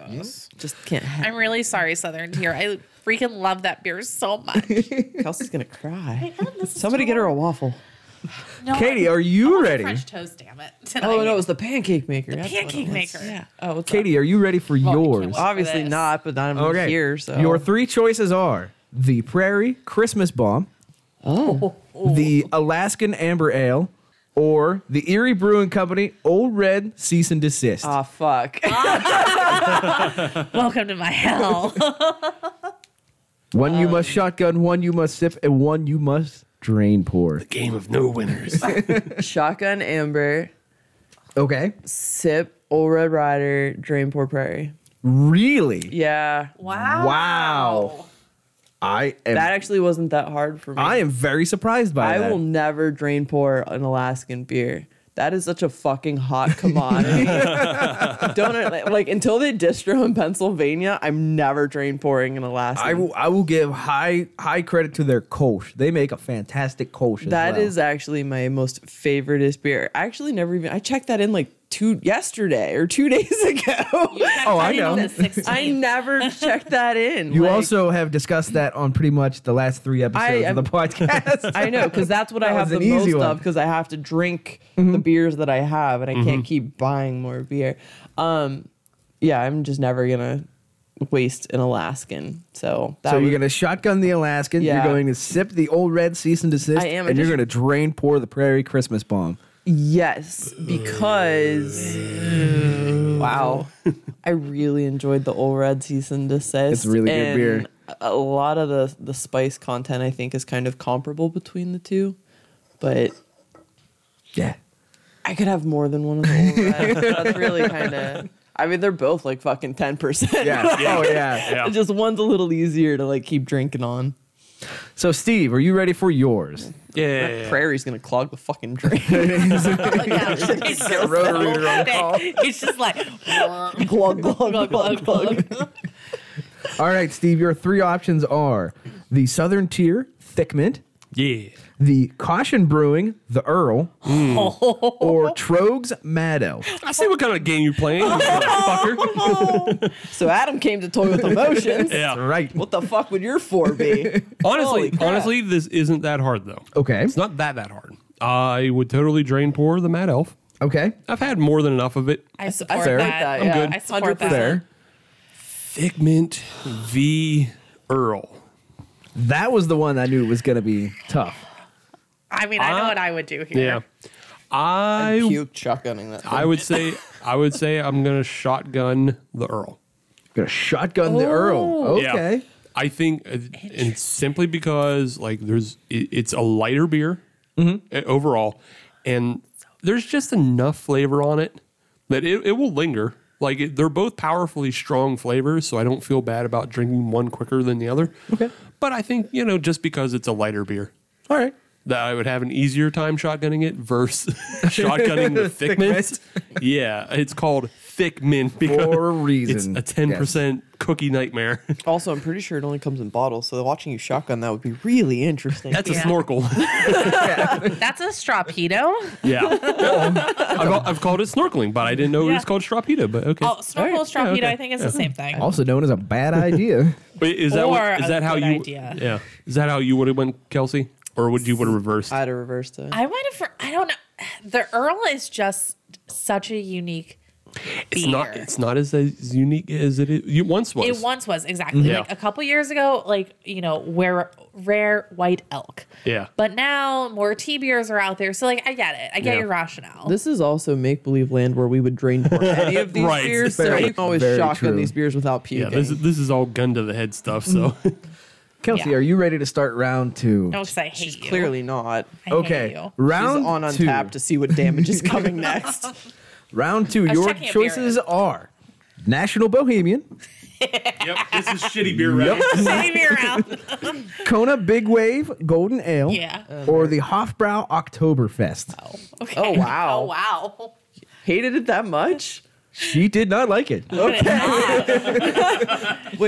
Just can't. Have
I'm really sorry, Southern Tier. I freaking love that beer so much.
it. Kelsey's gonna cry.
God, this is
Somebody get her a waffle.
No,
Katie,
I-
are
I
you
want
ready?
French toast, damn it. <laughs> tonight.
Oh no, it was the pancake maker. That's what it
pancake
was.
maker. Yeah.
Oh, what's
Katie, are you ready for
we can't
yours?
wait.
Obviously
this.
not, but I'm here. So
Your three choices are the Prairie Christmas Bomb,
oh,
the Alaskan Amber Ale, or the Erie Brewing Company Old Red Cease and Desist.
ah,
<laughs>
fuck.
Welcome to my hell.
One you
uh,
must shotgun, one you must sip, and one you must drain pour.
game of no winners.
Shotgun Amber,
Okay.
sip Old Red Rider, drain pour prairie.
Really?
Yeah,
wow.
Wow. I am
that actually wasn't that hard for me.
I am very surprised by
I
that.
will never drain pour an Alaskan beer. That is such a fucking
<laughs>
hot commodity. Don't it- like until they distro in Pennsylvania. I'm never drain pouring an Alaskan.
I will I will give high high credit to their Kolsch. They make a fantastic Kolsch.
That
as well.
is actually my most favoriteest beer. I actually never even I checked that in like two yesterday or two <laughs> days ago.
Oh,
I know.
I never checked that in.
You
like-
also have discussed that on pretty much the last three episodes
I'm-
of the <laughs> podcast.
I know because that's what I
That
have
was
the
an easy
most
one. Mm-hmm.
of because I have to drink the beers that I have and I can't keep buying more beer. Um, yeah, I'm just never gonna waste an Alaskan. So that
so
was,
you're gonna shotgun the Alaskan.
Yeah.
You're going to sip the old red cease and desist.
I am, I
and you're
just-
gonna drain pour the Prairie Christmas bomb.
yes because wow, I really enjoyed the Old Red cease and desist.
It's a really good
and
beer.
A lot of the the spice content I think is kind of comparable between the two, but
Yeah.
I could have more than one <laughs> of the old reds. That's really kind of. <laughs> I mean, they're both like fucking ten percent. <laughs>
Yeah. <laughs> Oh yeah.
Yeah.
Just one's a little easier to like keep drinking on.
So Steve, are you ready for yours?
yeah.
Prairie's gonna clog the fucking <laughs> drink.
<laughs> It's just,
Rotary
it's just like
<laughs> glug glug glug glug.
All right, Steve. Your three options are the Southern Tier Thick Mint,
Yeah.
the Caution Brewing, the Earl,
Hmm.
or Trogs Mad Ale.
I see what kind of game you're playing, you fucker.
<laughs> So Adam came to toy with emotions.
Yeah.
Right.
What the fuck would your four <laughs> be? Holy
Honestly,
crap.
honestly, this isn't that hard though.
Okay.
It's not that that hard. I would totally drain pour the Mad Elf.
Okay.
I've had more than enough of it.
I support
fair.
that.
That,
Yeah,
yeah.
I support
100%.
that.
There.
Thick mint v Earl.
That was the one I knew was going to be tough.
I mean, I know what I would do here.
Yeah. I
Puke shotgunning that.
I would say I would say I'm gonna shotgun the Earl.
Gonna shotgun the Earl.
Oh.
Okay.
I think, uh, and simply because like there's, it, it's a lighter beer
Mm-hmm.
uh, overall, and there's just enough flavor on it that it, it will linger. Like it, they're both powerfully strong flavors, so I don't feel bad about drinking one quicker than the other. Okay. But I think you know just because it's a lighter beer,
All right.
that I would have an easier time shotgunning it versus <laughs> shotgunning
<laughs>
the thick
Thick
mint. Yeah, it's called thick mint because
For a
it's
reason.
a ten percent cookie nightmare.
Also, I'm pretty sure it only comes in bottles, so watching you shotgun that would be really interesting.
That's a
Yeah.
snorkel.
That's a strapedo.
Yeah. I've, I've called it snorkeling, but I didn't know it was
Yeah.
called strapita. But okay.
Oh, snorkel
All right. Yeah,
strapedo.
okay.
I think it's the same thing.
Also known as a bad
<laughs>
idea.
Wait, is that
Or
what, is
a
that how
good
you?
idea.
Yeah. Is that how you would have went, Kelsey? Or would you would have reversed?
I'd have reversed it.
I might have. for- I don't know. The Earl is just such a unique beer.
it's not. It's not as, as unique as it is. You once was.
It once was exactly
Mm. Yeah.
like a couple years ago, like you know, where rare white elk.
Yeah.
But now more tea beers are out there, so like I get it. I get
Yeah.
your rationale.
This is also make believe land where we would drain pour any of these
Right.
beers, so
Very-
you can always
very
shotgun
true.
these beers without puking.
yeah. This is this is all gun to the head stuff. So
Kelsey,
Yeah.
are you ready to start round two?
no, because I hate you.
Clearly not.
I hate
okay.
you.
She's
Round
on
two.
untap to see what damage is
<laughs>
coming next.
Round two.
was
Your
checking a beer
choices
in.
are National Bohemian,
yep. This is shitty beer. Right?
<laughs> Save me around.
<laughs>
Kona Big Wave Golden Ale,
Yeah.
or the Hofbrau Oktoberfest.
Okay.
Oh, wow.
Oh wow. <laughs>
Hated it that much?
She did not
<gasps>
like it.
Wait,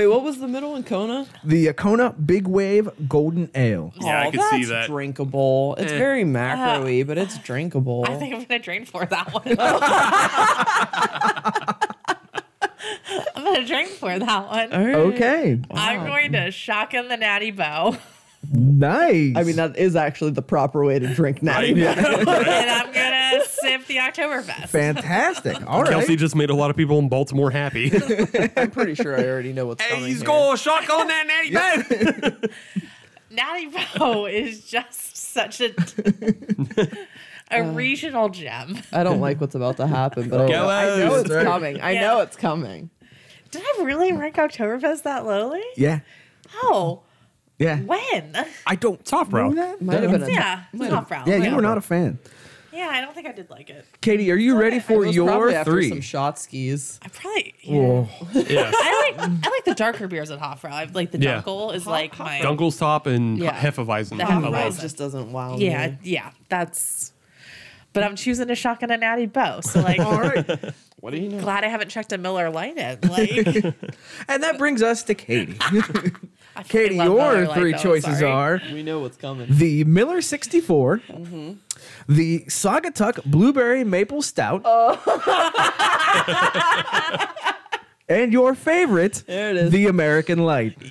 what was the middle in Kona?
The uh, Kona Big Wave Golden Ale.
Yeah, I
Oh,
could see
that's
that.
drinkable. It's very macro-y, but it's drinkable.
Eh. Uh, I think I'm gonna drain for that
<laughs>
one. <laughs> I'm gonna drain for that one.
All right.
Okay.
I'm going to shotgun the natty bow, <laughs>
Nice.
I mean, that is actually the proper way to drink
<laughs>
now.
and I'm gonna sip the
<laughs>
Oktoberfest.
fantastic. All right.
Kelsey just made a lot of people in Baltimore <laughs> happy.
I'm pretty sure I already know what's coming. here.
shotgun that natty
<laughs>
man.
Natty bow <laughs> is just such a a
Uh.
regional gem.
I don't like what's about to happen, but I know, I know
Gallows.
it's coming. I
Yeah.
know it's coming.
Did I really rank Oktoberfest that lowly?
Yeah.
Oh,
Yeah.
when?
I don't. Top
Know
bro.
that?
Might have been a
Yeah, it's not brown.
Yeah,
yeah,
you were not a fan.
Yeah, I don't think I did like it.
Katie, are you ready for
It was probably
your
after some
three? Oh.
shot skis.
I probably. Yeah. I like I like the darker beers at Hofbrau. I like the
Yeah.
Dunkel is like my
Dunkel's top and
Yeah.
Hefeweizen.
The
I
Hefeweizen.
love.
It just doesn't wow
Yeah,
me.
yeah, that's. But I'm choosing a shotgun and natty bow, so like,
All
<laughs>
right.
What do you know?
glad I haven't checked a Miller Lite in. Like,
And that brings us to Katie.
I fucking
Katie,
love Miller
your
Lite,
three
though,
choices
sorry.
are
We know what's coming.
the Miller 64,
Mm-hmm.
the Saugatuck Blueberry Maple Stout,
Oh.
and your favorite,
There it is.
the American Light. <laughs>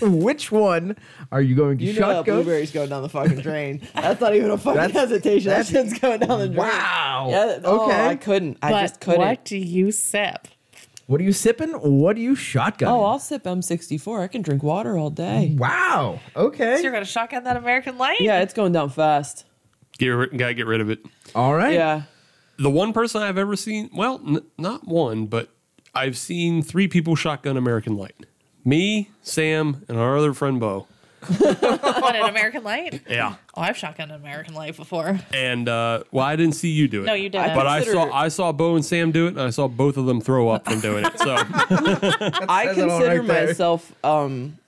Which one are you going to
You know that
shotgun?
blueberry's going down the fucking drain. That's not even a fucking
That's-
hesitation. That shit's going down the drain.
Wow.
Yeah, that- oh,
okay.
I couldn't. I
But
just couldn't.
what do you sip?
What are you sipping? What are you shotgunning?
Oh, I'll sip M64. I can drink water all day.
Mm. wow.
So you're
Okay.
gonna shotgun that American Light?
Yeah, it's going down fast.
Get rid, gotta get rid of it.
All right.
Yeah.
The one person I've ever seen, well, n- not one, but I've seen three people shotgun American Light. Me, Sam, and our other friend Bo.
What an American Light?
Yeah.
Oh, I've shotgunned an American Light before.
And uh, well, I didn't see you do it.
No, you didn't.
But I
consider-
saw I saw Bo and Sam do it, and I saw both of them throw up from doing it. So
I
says it all
consider
right there.
myself um,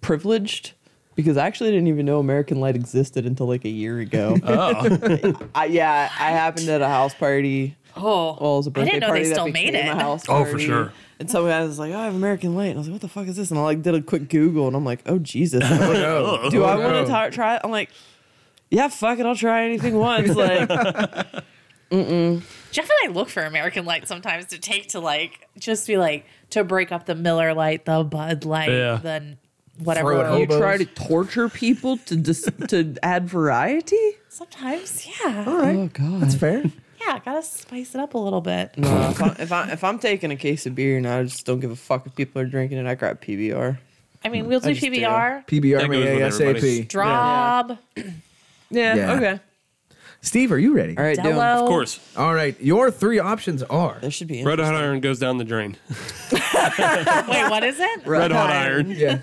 privileged because I actually didn't even know American Light existed until like a year ago. Oh. <laughs> I, yeah, I happened at a house party.
Oh,
Well, it was a birthday
I didn't know
party
they
that
still made
became
it.
a house
Oh,
party.
for sure.
And so I was like, oh, I have American Light. And I was like, what the fuck is this? And I like did a quick Google and I'm like, oh, Jesus. I'm
<laughs>
like,
Oh,
Do I want to t- try it? I'm like, yeah, fuck it. I'll try anything <laughs> once. Like,
Jeff and I look for American Light sometimes to take to like just be like to break up the Miller Light, the Bud Light,
Yeah.
the
Throw
whatever.
it
you
elbows.
try to torture people to dis- to add variety?
Sometimes, yeah,
Oh, God.
That's fair.
yeah, gotta spice it up a little bit.
No, if, I, if, I, if I'm taking a case of beer and I just don't give a fuck if people are drinking it, I grab PBR.
I mean, we'll do
just do.
PBR,
PBR
That goes with everybody.
ASAP.
Drob,
Yeah,
Yeah.
okay.
Steve, are you ready?
All right, do 'em.
Dello.
Of course.
All right. Your three options are
This should be
Red
interesting.
hot iron goes down the drain.
Wait, what is it?
Red hot iron.
<laughs> yeah,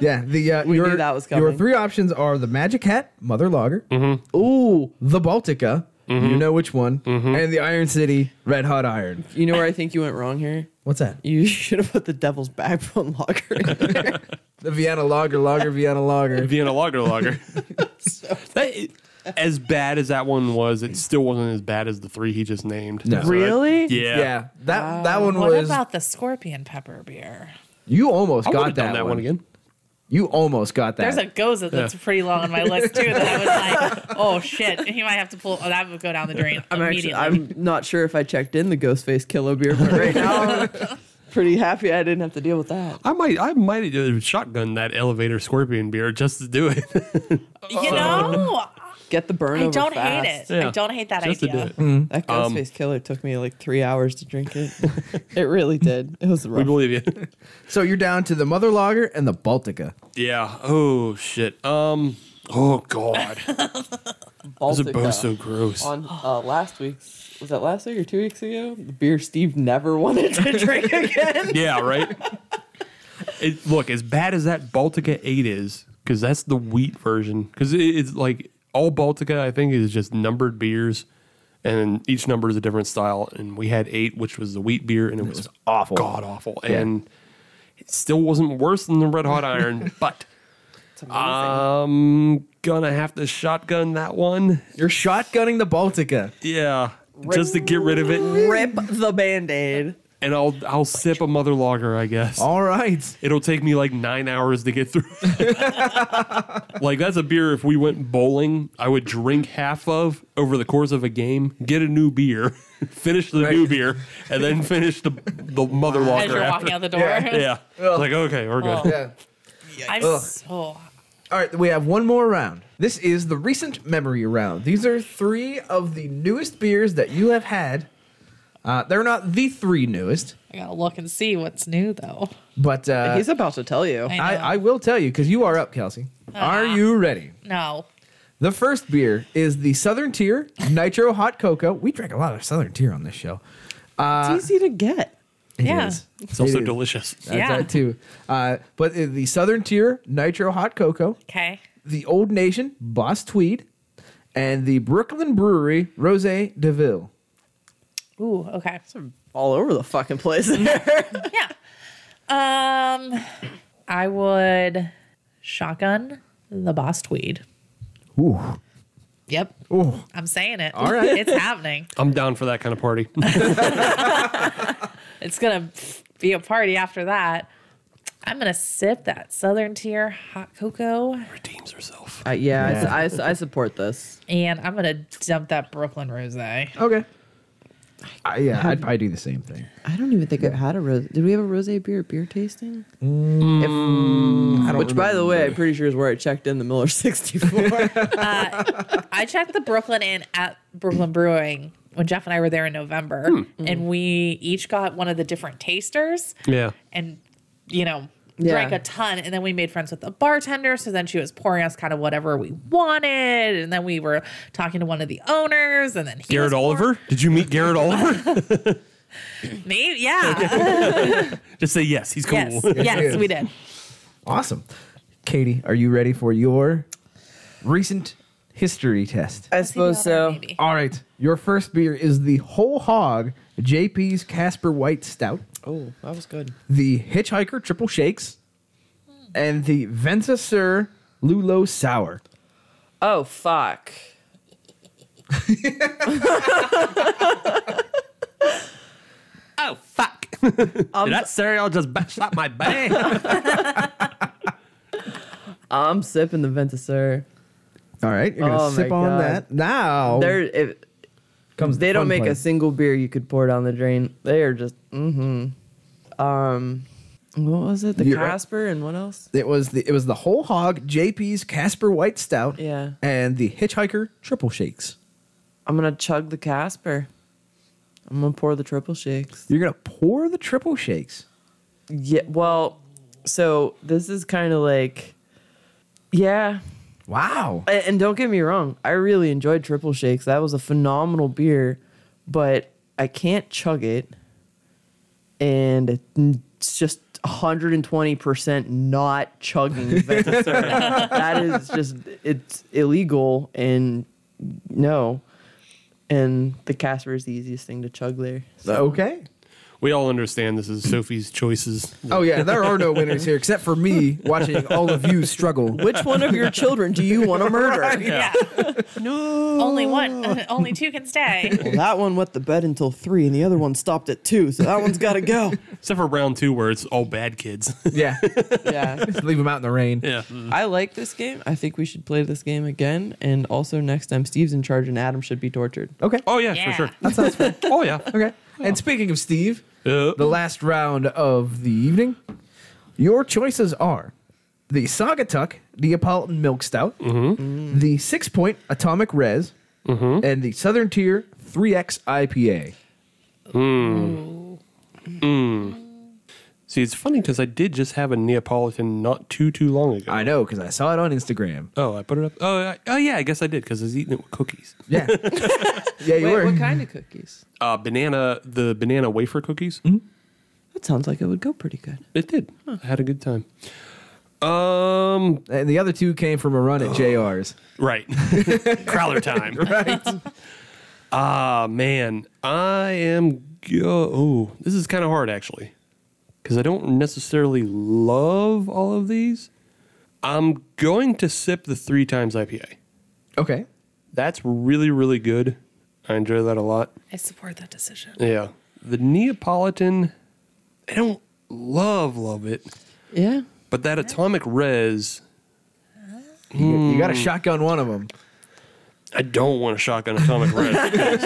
yeah. The uh, your,
knew that was
Your
coming.
three options are the Magic Hat, Mother Lager,
Mm-hmm.
ooh, the Baltica. You know which one,
Mm-hmm.
and the Iron City Red Hot Iron.
You know where I think you went wrong here?
What's that?
You <laughs> should have put the devil's backbone locker in there.
The Vienna Lager, Lager, Vienna Lager.
Vienna lager lager. That- as bad as that one was, it still wasn't as bad as the three he just named.
No.
So I-
Really?
<laughs> yeah.
Yeah, that that one
What
was.
about the Scorpion Pepper beer?
you almost
I would
got
have
that,
done that one. again.
You almost got that.
There's a Goza that's pretty long on my list too. That I was
<laughs>
like, oh shit, he might have to pull. Oh, that would go down the drain
I'm
immediately.
actually, I'm not sure if I checked in the Ghostface Killer beer, but right now I'm <laughs> pretty happy I didn't have to deal with that.
I might, I might have shotgun that elevator scorpion beer just to do it. <laughs>
you know,
Get the burn
I
over
don't
fast.
hate it.
Yeah.
I don't hate that
just to do
idea. <laughs>
it.
That
Um,
Ghostface Killer took me like three hours to drink it. <laughs> it really did. It was
We
rough.
believe you. <laughs>
so you're down to the Mother Lager and the Baltica.
yeah. Oh shit. Um. Oh god. Those are both so gross.
on uh, last week's was that last week or two weeks ago? The beer Steve never wanted to drink again.
Yeah, right. it, look, as bad as that Baltica Eight is, because that's the wheat version. Because it, it's like all Baltica, I think, is just numbered beers, and each number is a different style. And we had eight, which was the wheat beer, and it, was,
awful.
god awful, and it still wasn't worse than the Red Hot <laughs> Iron. but I'm gonna have to shotgun that one.
You're shotgunning
<laughs>
the Baltica.
Yeah, just to get rid of it,
<laughs> Rip the band-aid.
and I'll I'll sip a mother lager, I guess.
All right.
It'll take me like nine hours to get through. <laughs> like that's a beer. If we went bowling, I would drink half of over the course of a game, get a new beer, <laughs> finish the new beer, and then finish the the mother
As
locker
you're
after.
walking out the door, <laughs> Oh,
Yeah, It's like okay, we're good.
Yeah.
I'm so
All right, we have one more round. This is the recent memory round. These are three of the newest beers that you have had. Uh, they're not the three newest,
I gotta look and see what's new though.
but uh,
He's about to tell you.
I-
I, I will tell you because you are up, Kelsey.
Uh-huh.
Are you ready?
No,
The first beer is the Southern Tier Nitro Hot Cocoa. We drank a lot of Southern Tier on this show.
it's easy to get.
It
Yeah.
is.
It's also
It is.
delicious.
That's
Yeah.
that too. Uh, but uh, the Southern Tier Nitro Hot Cocoa.
okay.
the Old Nation Boss Tweed, and the Brooklyn Brewery Rose Deville.
Ooh, okay.
All over the fucking place.
Yeah. Um, I would shotgun the boss tweed.
Ooh.
Yep.
Ooh.
I'm saying it.
All right.
It's happening.
I'm down for that kind of
<laughs>
party.
It's gonna be a party after that. I'm gonna sip that Southern Tier hot cocoa,
Redeems herself.
Uh, yeah, <laughs> I s- I, s- I support this.
and I'm gonna dump that Brooklyn rosé.
Okay. I, yeah, I'd probably do the same thing.
I don't even think I've had a rose. Did we have a rose beer at beer tasting?
Mm. I don't
Mm. Which, by the way, I'm pretty sure is where I checked in the Miller <laughs> 64.
I checked the Brooklyn Inn at Brooklyn Brewing when Jeff and I were there in November,
Hmm.
and we each got one of the different tasters,
Yeah.
and you know.
Yeah.
Drank a ton, and then we made friends with the bartender. So then she was pouring us kind of whatever we wanted, and then we were talking to one of the owners, and then he
Garrett
was pouring-
Oliver? Did you meet Garrett Oliver? <laughs>
Maybe, yeah,
Just say yes. He's cool.
yes, yes, we did.
awesome. Katie, are you ready for your recent history test?
I
Maybe.
suppose so.
All right. Your first beer is the Whole Hog JP's Casper White Stout,
Oh, that was good.
the Hitchhiker Triple Shakes, and the Vensa Sur Lulo Sour.
Oh fuck.
Oh fuck! <laughs>
Um,
Did that cereal just bash up my
<laughs>
bag?
I'm sipping the Ventisor.
All right, you're gonna
Oh, my
sip on
God.
that now.
There if
Oh. comes
they
the
don't
fun
make a
part.
single beer you could pour down the drain. They are just mm-hmm. Um what was it? The
You're right.
Casper and what else?
It was the it was the whole hog JP's Casper White Stout.
Yeah.
and the Hitchhiker Triple Shakes.
I'm gonna chug the Casper. I'm gonna pour the triple shakes.
You're gonna pour the Triple Shakes.
Yeah, well, so this is kind of like, yeah.
Wow.
A- And don't get me wrong, I really enjoyed triple shakes. That was a phenomenal beer, but I can't chug it, and it's just 120 percent not chugging. Vector. that is just it's illegal, and no. And the Casper is the easiest thing to chug there.
Okay.
we all understand this is Sophie's choices.
Oh yeah, there are no winners here except for me watching all of you struggle.
Which one of your children do you want to <laughs> murder?
Yeah.
<laughs>
Only one. <laughs> Only two can stay.
Well, that one went to bed until three, and the other one stopped at two, so that one's got to go.
Except for round two, where it's all bad kids. <laughs>
Yeah,
<laughs> Yeah,
leave them out in the rain.
yeah.
I like this game. I think we should play this game again, and also next time Steve's in charge and Adam should be tortured.
Okay.
Oh yeah,
Yeah.
for sure. That sounds fun. Oh yeah.
Okay. And speaking of Steve,
Uh,
the last round of the evening, your choices are the Sagatuck Neapolitan Milk Stout, the Six Point Atomic Res, and the Southern Tier 3X IPA.
See, it's funny because I did just have a Neapolitan not too too long ago.
I know because I saw it on Instagram.
oh, I put it up. Oh, I, oh yeah, I guess I did because I was eating it with cookies.
Yeah. <laughs> yeah, you were.
of cookies?
Uh, banana, the banana wafer cookies.
That sounds like it would go pretty good.
It did. I had a good time. Um,
And the other two came from a
<gasps>
run at JR's.
right. <laughs> Crowler time. <laughs> right. Ah, man. I am. go- Oh, this is kind of hard actually because I don't necessarily love all of these. I'm going to sip the three times IPA.
<laughs> Okay.
That's really, really good. I enjoy that a lot.
I support that decision.
Yeah. The Neapolitan, I don't love, love it,
Yeah.
but that Atomic Res,
You, you
Hmm.
got to shotgun one of them.
I don't want to shotgun Atomic
<laughs>
Res. because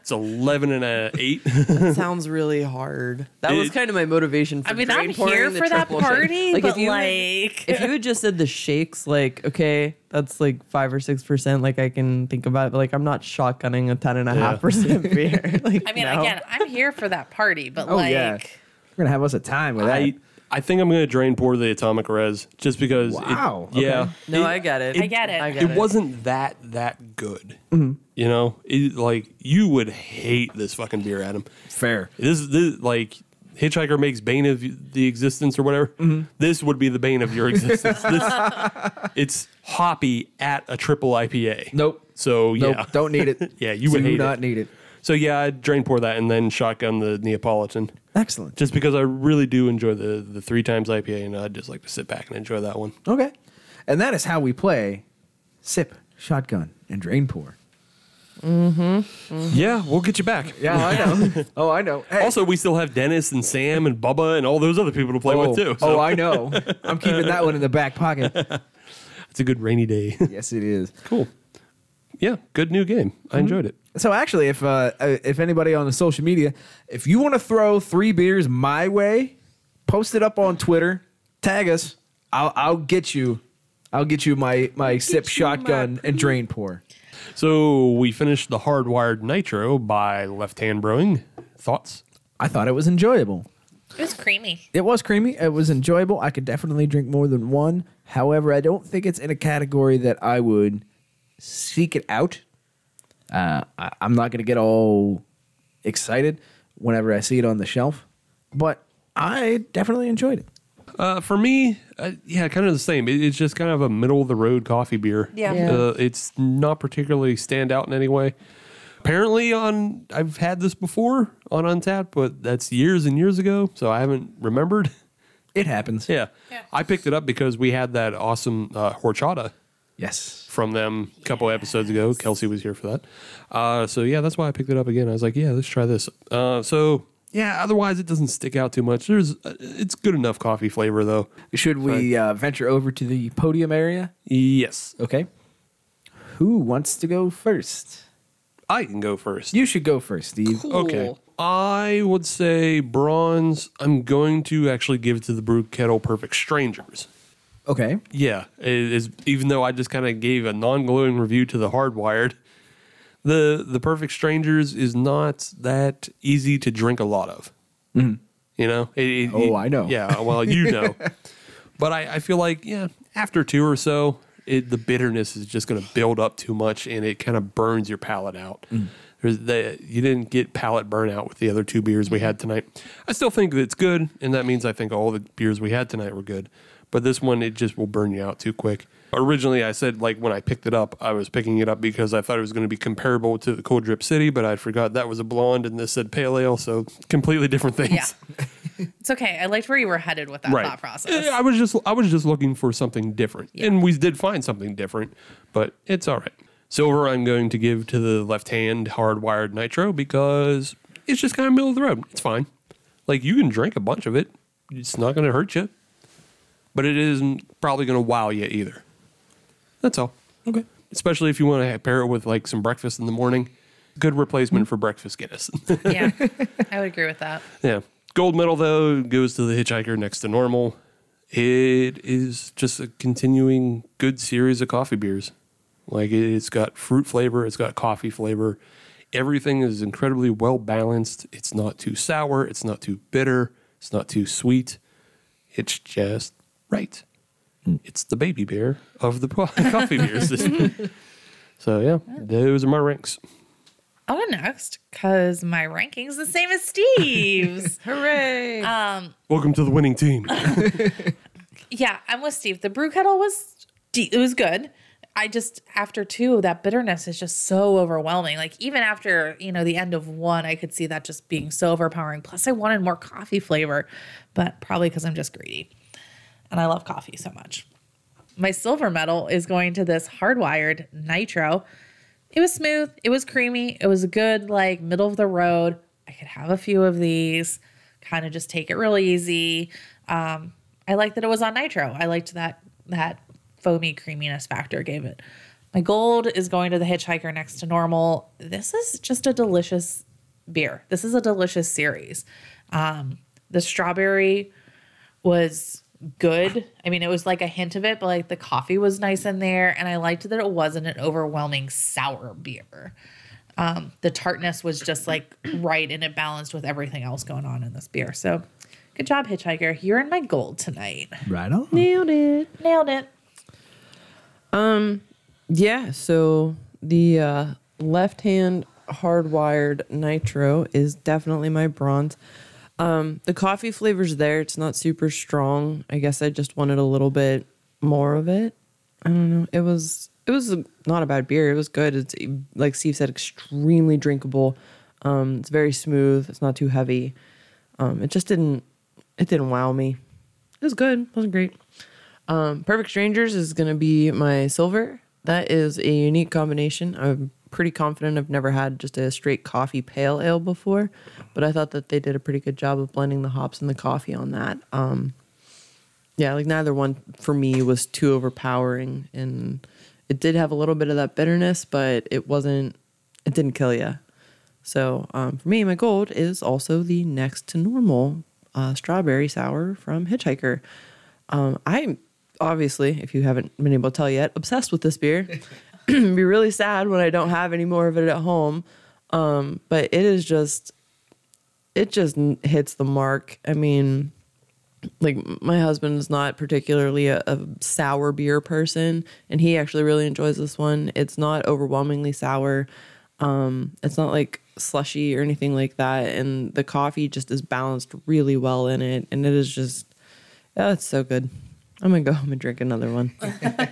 it's 11 and a 8.
That <laughs> sounds really hard. That was
It-
kind of my motivation for
I mean,
drain
I'm
pouring
here
the
for that
triple shake.
party, but
had-
like,
if you had just said the shakes, like, okay, that's like five or six percent, like I can think about it, but like I'm not shotgunning a ten and a half
Yeah.
percent
<laughs>
beer. like,
I mean,
no.
again, I'm here for that party, but
Oh,
like,
yeah. We're going to have us a time with that.
I, I think I'm going to drain pour the Atomic Res just because. it-
Wow,
yeah.
okay.
No, I get it.
I get it.
I
I
get
It wasn't that that good.
Mm-hmm.
You know, it, like you would hate this fucking beer, Adam.
Fair.
This, this like Hitchhiker makes bane of the existence or whatever.
Mm-hmm.
This would be the bane of your existence. this,
<laughs>
it's hoppy at a triple IPA.
Nope.
So
Nope.
yeah,
Don't need it.
<laughs> Yeah, you would
Do
hate
not
it.
need it.
So yeah, I drain pour that and then shotgun the Neapolitan,
Excellent.
just because I really do enjoy the the three times IPA, and I'd just like to sit back and enjoy that one.
Okay. And that is how we play sip, shotgun, and drain pour.
Yeah, we'll get you back.
Yeah, I
<laughs>
know. oh, I know. Hey.
Also, we still have Dennis and Sam and Bubba and all those other people to play
oh,
with too.
oh,
So <laughs>
I know. I'm keeping that one in the back pocket.
it's a good rainy day. <laughs>
yes, it is.
cool. Yeah, good new game.
Mhm.
I enjoyed it.
So actually, if uh, uh, if anybody on the social media, if you want to throw three beers my way, post it up on Twitter, tag us. I'll I'll get you. I'll get you my my sip shotgun and drain pour.
So we finished the hardwired nitro by Left Hand Brewing. Thoughts?
I thought it was enjoyable.
it was creamy.
It was creamy. It was enjoyable. I could definitely drink more than one. However, I don't think it's in a category that I would seek it out. Uh, I, I'm not going to get all excited whenever I see it on the shelf, but I definitely enjoyed it.
Uh, for me, uh, yeah, kind of the same. It, it's just kind of a middle of the road coffee beer.
Yeah.
Yeah.
Uh, it's not particularly stand out in any way. Apparently, on I've had this before on Untapped, but that's years and years ago, so I haven't remembered. <laughs>
It happens.
Yeah.
Yeah.
I picked it up because we had that awesome uh, horchata
Yes.
from them a couple episodes ago. Kelsey was here for that. Uh, so, yeah, that's why I picked it up again. I was like, yeah, let's try this. Uh, so, yeah, otherwise it doesn't stick out too much. There's, uh, It's good enough coffee flavor, though.
Should we uh, venture over to the podium area?
Yes.
Okay. Who wants to go first?
I can go first.
You should go first, Steve.
Okay. I would say bronze. I'm going to actually give it to the Brew Kettle Perfect Strangers.
Okay.
Yeah, it is even though I just kind of gave a non-glowing review to the Hardwired, the the Perfect Strangers is not that easy to drink a lot of. You Mm. know, It- it-
Oh, I know.
Yeah, well, <laughs> you know, but I, I feel like yeah, after two or so, it, the bitterness is just going to build up too much, and it kind of burns your palate out. There's the, you didn't get palate burnout with the other two beers we had tonight. I still think it's good, and that means I think all the beers we had tonight were good. But this one, it just will burn you out too quick. Originally, I said like when I picked it up, I was picking it up because I thought it was going to be comparable to the Cold Drip City, but I forgot that was a blonde and this said pale ale, so completely different things. <laughs>
Yeah. It's okay. I liked where you were headed with that thought process.
Yeah, I was just I was just looking for something different, and we did find something different, but it's all right. Silver, I'm going to give to the left hand hardwired nitro because it's just kind of middle of the road. It's fine. Like you can drink a bunch of it. It's not going to hurt you, but it isn't probably going to wow you either. That's all. Okay. Especially if you want to pair it with like some breakfast in the morning. Good
Mm.
replacement for breakfast Guinness. <laughs>
yeah. I would agree with that.
Yeah. Gold medal, though, goes to the hitchhiker next to normal. It is just a continuing good series of coffee beers. Like it- it's got fruit flavor, it's got coffee flavor. Everything is incredibly well balanced. It's not too sour, it's not too bitter, it's not too sweet. It's just right. It's the baby beer of the po- <laughs> coffee beers. so, yeah, those are my ranks.
I'll go next because my ranking's the same as Steve's.
Hooray!
Welcome to the winning team.
yeah, I'm with Steve. The brew kettle was de- it was good. I just after two, that bitterness is just so overwhelming. Like even after you know the end of one, I could see that just being so overpowering. Plus, I wanted more coffee flavor, but probably because I'm just greedy, and I love coffee so much. My silver medal is going to this hardwired nitro. It was smooth. It was creamy. It was a good like middle of the road. I could have a few of these, kind of just take it really easy. Um, I liked that it was on nitro. I liked that that foamy creaminess factor gave it. My gold is going to the hitchhiker next to normal. This is just a delicious beer. This is a delicious series. Um, the strawberry was good. I mean, it was like a hint of it, but like the coffee was nice in there, and I liked that it wasn't an overwhelming sour beer. Um, the tartness was just like right and it balanced with everything else going on in this beer. So, good job, Hitchhiker. You're in my gold tonight.
Right on.
Nailed it.
Nailed it.
Yeah, so the uh, left hand hardwired nitro is definitely my bronze. Um, the coffee flavor's there. It's not super strong. I guess I just wanted a little bit more of it. I don't know. It was it was not a bad beer. It was good. It's like Steve said, extremely drinkable. Um, it's very smooth. It's not too heavy. Um, it just didn't it didn't wow me. It was good. It wasn't great. Um, Perfect Strangers is going to be my silver. That is a unique combination. I'm pretty confident I've never had just a straight coffee pale ale before, but I thought that they did a pretty good job of blending the hops and the coffee on that. Um, yeah, like neither one for me was too overpowering, and it did have a little bit of that bitterness, but it wasn't. It didn't kill you. So um, for me, my gold is also the next to normal uh, strawberry sour from Hitchhiker. Um, I'm obviously, if you haven't been able to tell yet, obsessed with this beer. <clears throat> Be really sad when I don't have any more of it at home. Um, but it is just, it just n- hits the mark. I mean, like my husband is not particularly a, a sour beer person and he actually really enjoys this one it's not overwhelmingly sour um it's not like slushy or anything like that and the coffee just is balanced really well in it and it is just oh it's so good i'm gonna go home and drink another one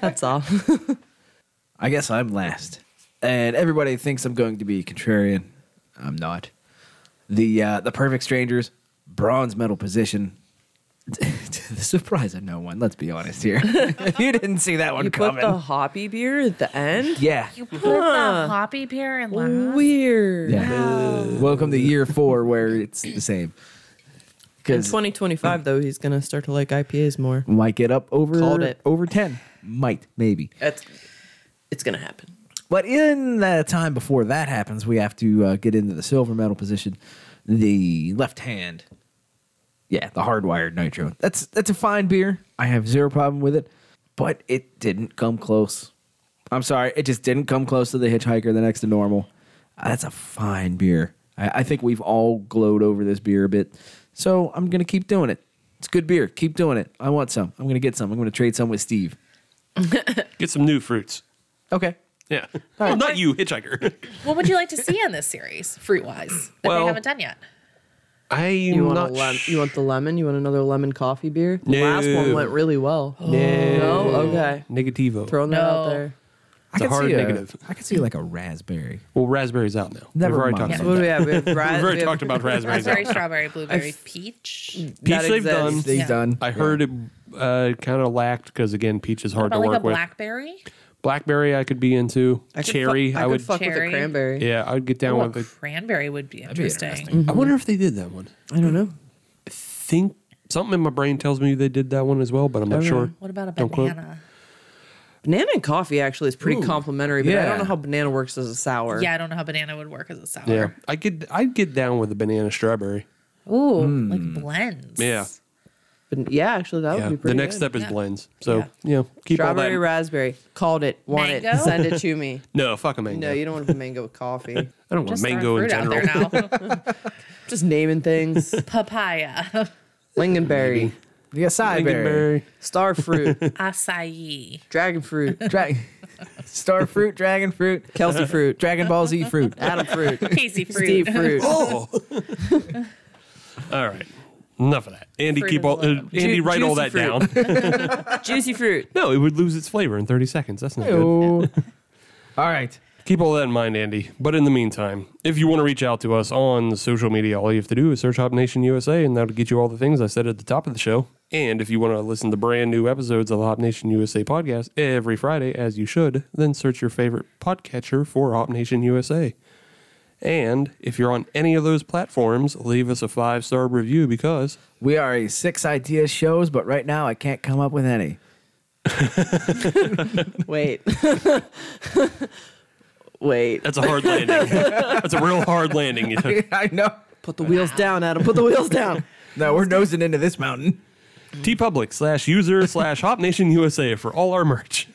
that's all
I guess I'm last. And everybody thinks I'm going to be contrarian. I'm not. The uh, the perfect strangers, bronze medal position. <laughs> to the surprise of no one. Let's be honest here. <laughs> you didn't see that one
You put
coming.
the hoppy beer at the end?
yeah.
You put the hoppy beer in last.
Weird.
Yeah. Welcome to year four where it's the same.
In
Because
2025, though, he's going to start to like IPAs more.
might get up
Called
over
it.
over ten. Might maybe.
That's, it's going to happen.
But in the time before that happens, we have to uh, get into the silver medal position, the left hand. Yeah, the hardwired nitro. That's that's a fine beer. I have zero problem with it, but it didn't come close. I'm sorry, it just didn't come close to the hitchhiker. The next to normal. Uh, That's a fine beer. I, I think we've all glowed over this beer a bit, so I'm gonna keep doing it. It's good beer. Keep doing it. I want some. I'm gonna get some. I'm gonna trade some with Steve.
Get some new fruits.
Okay.
Yeah. Well, not you, <laughs> hitchhiker.
What would you like to see in this series, fruit wise, that
Well,
they haven't done yet?
I'm
You want, a
not.
lem-
sh-
you
<laughs>
want the lemon? You want another lemon coffee beer? The last one
No.
went really well.
no.
<gasps> No? Okay.
Negativo.
Throwing that out
No.
there.
It's
I
a
could
hard
see
negative.
I could see like a raspberry.
well, raspberry's out now.
Never
We've already talked
mind. Yeah.
So
about
what do
that.
we have? We have
We've
Brad,
already talked about raspberries.
Raspberry,
out.
strawberry, blueberry, peach.
Peach they've done.
exists.
They've
Yeah.
done.
I heard it uh, kind of lacked because again, peach is hard
But
to
like a
work with.
blackberry?
Blackberry, I could be into.
I could
Cherry,
fu-
I,
could
would.
fuck with a
Cherry.
cranberry.
yeah, I would get down
Oh,
with. it.
cranberry would be
be
interesting.
interesting.
I wonder if they did that one.
Mm, I don't know.
Think something in my brain tells me they did that one as well, but I'm not
Okay.
sure.
What about a
Don't quote.
banana?
Banana and coffee actually is pretty complimentary, but I
yeah.
don't know how banana works as a sour.
Yeah, I don't know how banana would work as a sour.
Yeah, I get I'd get down with a banana strawberry.
Ooh, like blends.
Hmm. Yeah.
But yeah, actually, that
yeah.
would be
The
pretty
next
good.
step is
Yeah.
blends. So
Yeah.
you know, keep
Strawberry
all that.
raspberry. Called it. Want it.
Mango?
Send it to me.
<laughs> no, fuck a mango.
No, you don't want to put mango with
<laughs>
coffee.
I don't want
Just
mango in
throwing
general.
fruit out
<laughs>
there now.
Just naming things.
Papaya, <laughs>
Lingonberry,
Yeah, sideberry.
Lingonberry.
star fruit,
<laughs>
acai.
dragon fruit,
Dra- <laughs> star fruit, dragon fruit,
Kelsey fruit,
Dragon Ball
<laughs>
Z fruit.
Adam fruit,
Casey fruit.
Steve fruit.
Oh. all right. Enough of that. Andy,
Fruit
keep
of
all uh,
the loom.
Andy,
Ju-
write all that
juicy
down.
<laughs>
<laughs>
Juicy fruit.
no, it would lose its flavor in 30 seconds. That's not good.
All right.
Keep all that in mind, Andy. But in the meantime, if you want to reach out to us on social media, all you have to do is search Hop Nation USA, and that'll get you all the things I said at the top of the show. And if you want to listen to brand new episodes of the Hop Nation USA podcast every Friday, as you should, then search your favorite podcatcher for Hop Nation USA. And if you're on any of those platforms, leave us a five star review because
We are a six idea shows, but right now I can't come up with <laughs> any.
Wait. <laughs> Wait.
that's a hard <laughs> landing. that's a real hard landing. You took.
<laughs> I know.
Put the wheels down, Adam. Put the wheels down.
No, we're nosing into this mountain.
tpublic slash user slash Hop Nation USA for all our merch.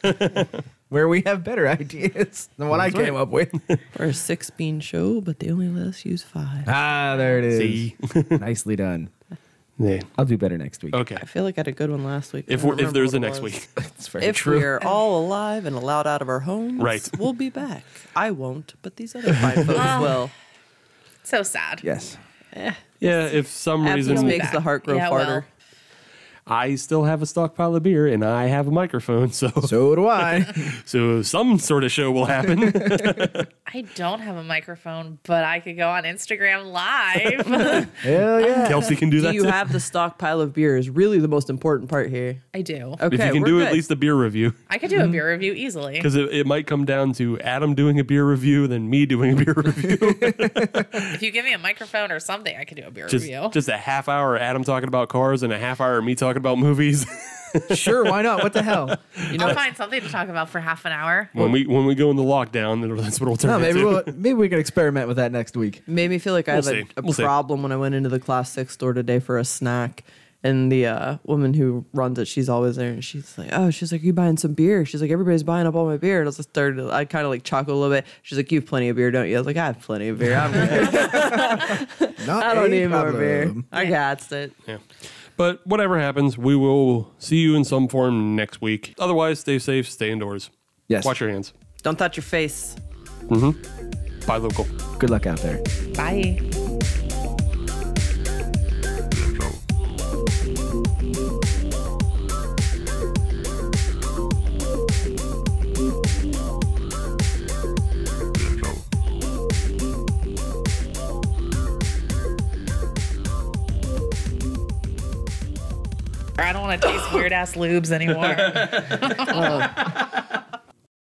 Where we have better <laughs> ideas than what I came up <laughs> with.
<laughs> We're a six bean show, but they only let us use five.
Ah, there it is. <laughs> Nicely done.
<laughs> yeah.
I'll do better next week.
Okay.
I feel like I had a good one last week. I
if
don't
we're, if
remember
there's
what
a
it
next
was.
week.
That's very
If we're all alive and allowed out of our homes,
Right.
we'll be back. I won't, but these other
<laughs>
fine folks will.
<laughs> So sad.
Yes.
<laughs> Yeah, if some
Absence
reason
makes the heart grow
Yeah,
harder.
well.
I still have a stockpile of beer and I have a microphone, so
So do I.
<laughs>
so some sort of show will happen.
I don't have a microphone, but I could go on Instagram
<laughs>
live. <laughs>
Hell yeah.
Kelsey can do
Do
that.
you
too.
have the stockpile of beer is really the most important part here.
I do.
Okay,
if you can
we're
do
good.
at least a beer review,
I could do
Mm-hmm.
a beer review easily.
because it, it might come down to Adam doing a beer review, then me doing a <laughs> beer review.
If you give me a microphone or something, I could do a beer
just,
review.
just a half hour of Adam talking about cars and a half hour of me talking about movies. <laughs>
Sure, why not? What the <laughs> hell?
I'll find something to talk about for half an hour.
when we when we go into lockdown, then that's what it'll turn
No, maybe
into.
we'll, maybe we can experiment with that next week.
Made me feel like I
We'll
have a,
see.
a
We'll see.
problem when I went into the class six store today for a snack. And the uh, woman who runs it, she's always there, and she's like, "Oh, she's like, you buying some beer?" She's like, "Everybody's buying up all my beer." And I was like, started, I kind of like chuckled a little bit. She's like, "You have plenty of beer, don't you?" I was like, <laughs> "I have plenty of beer. I'm good.
Not
I don't
a
need more
problem.
beer. I got it."
Yeah. But whatever happens, we will see you in some form next week. Otherwise, stay safe, stay indoors.
Yes.
Wash your hands.
Don't touch your face.
Buy local.
Good luck out there.
Bye. I don't want to taste weird ass lubes anymore.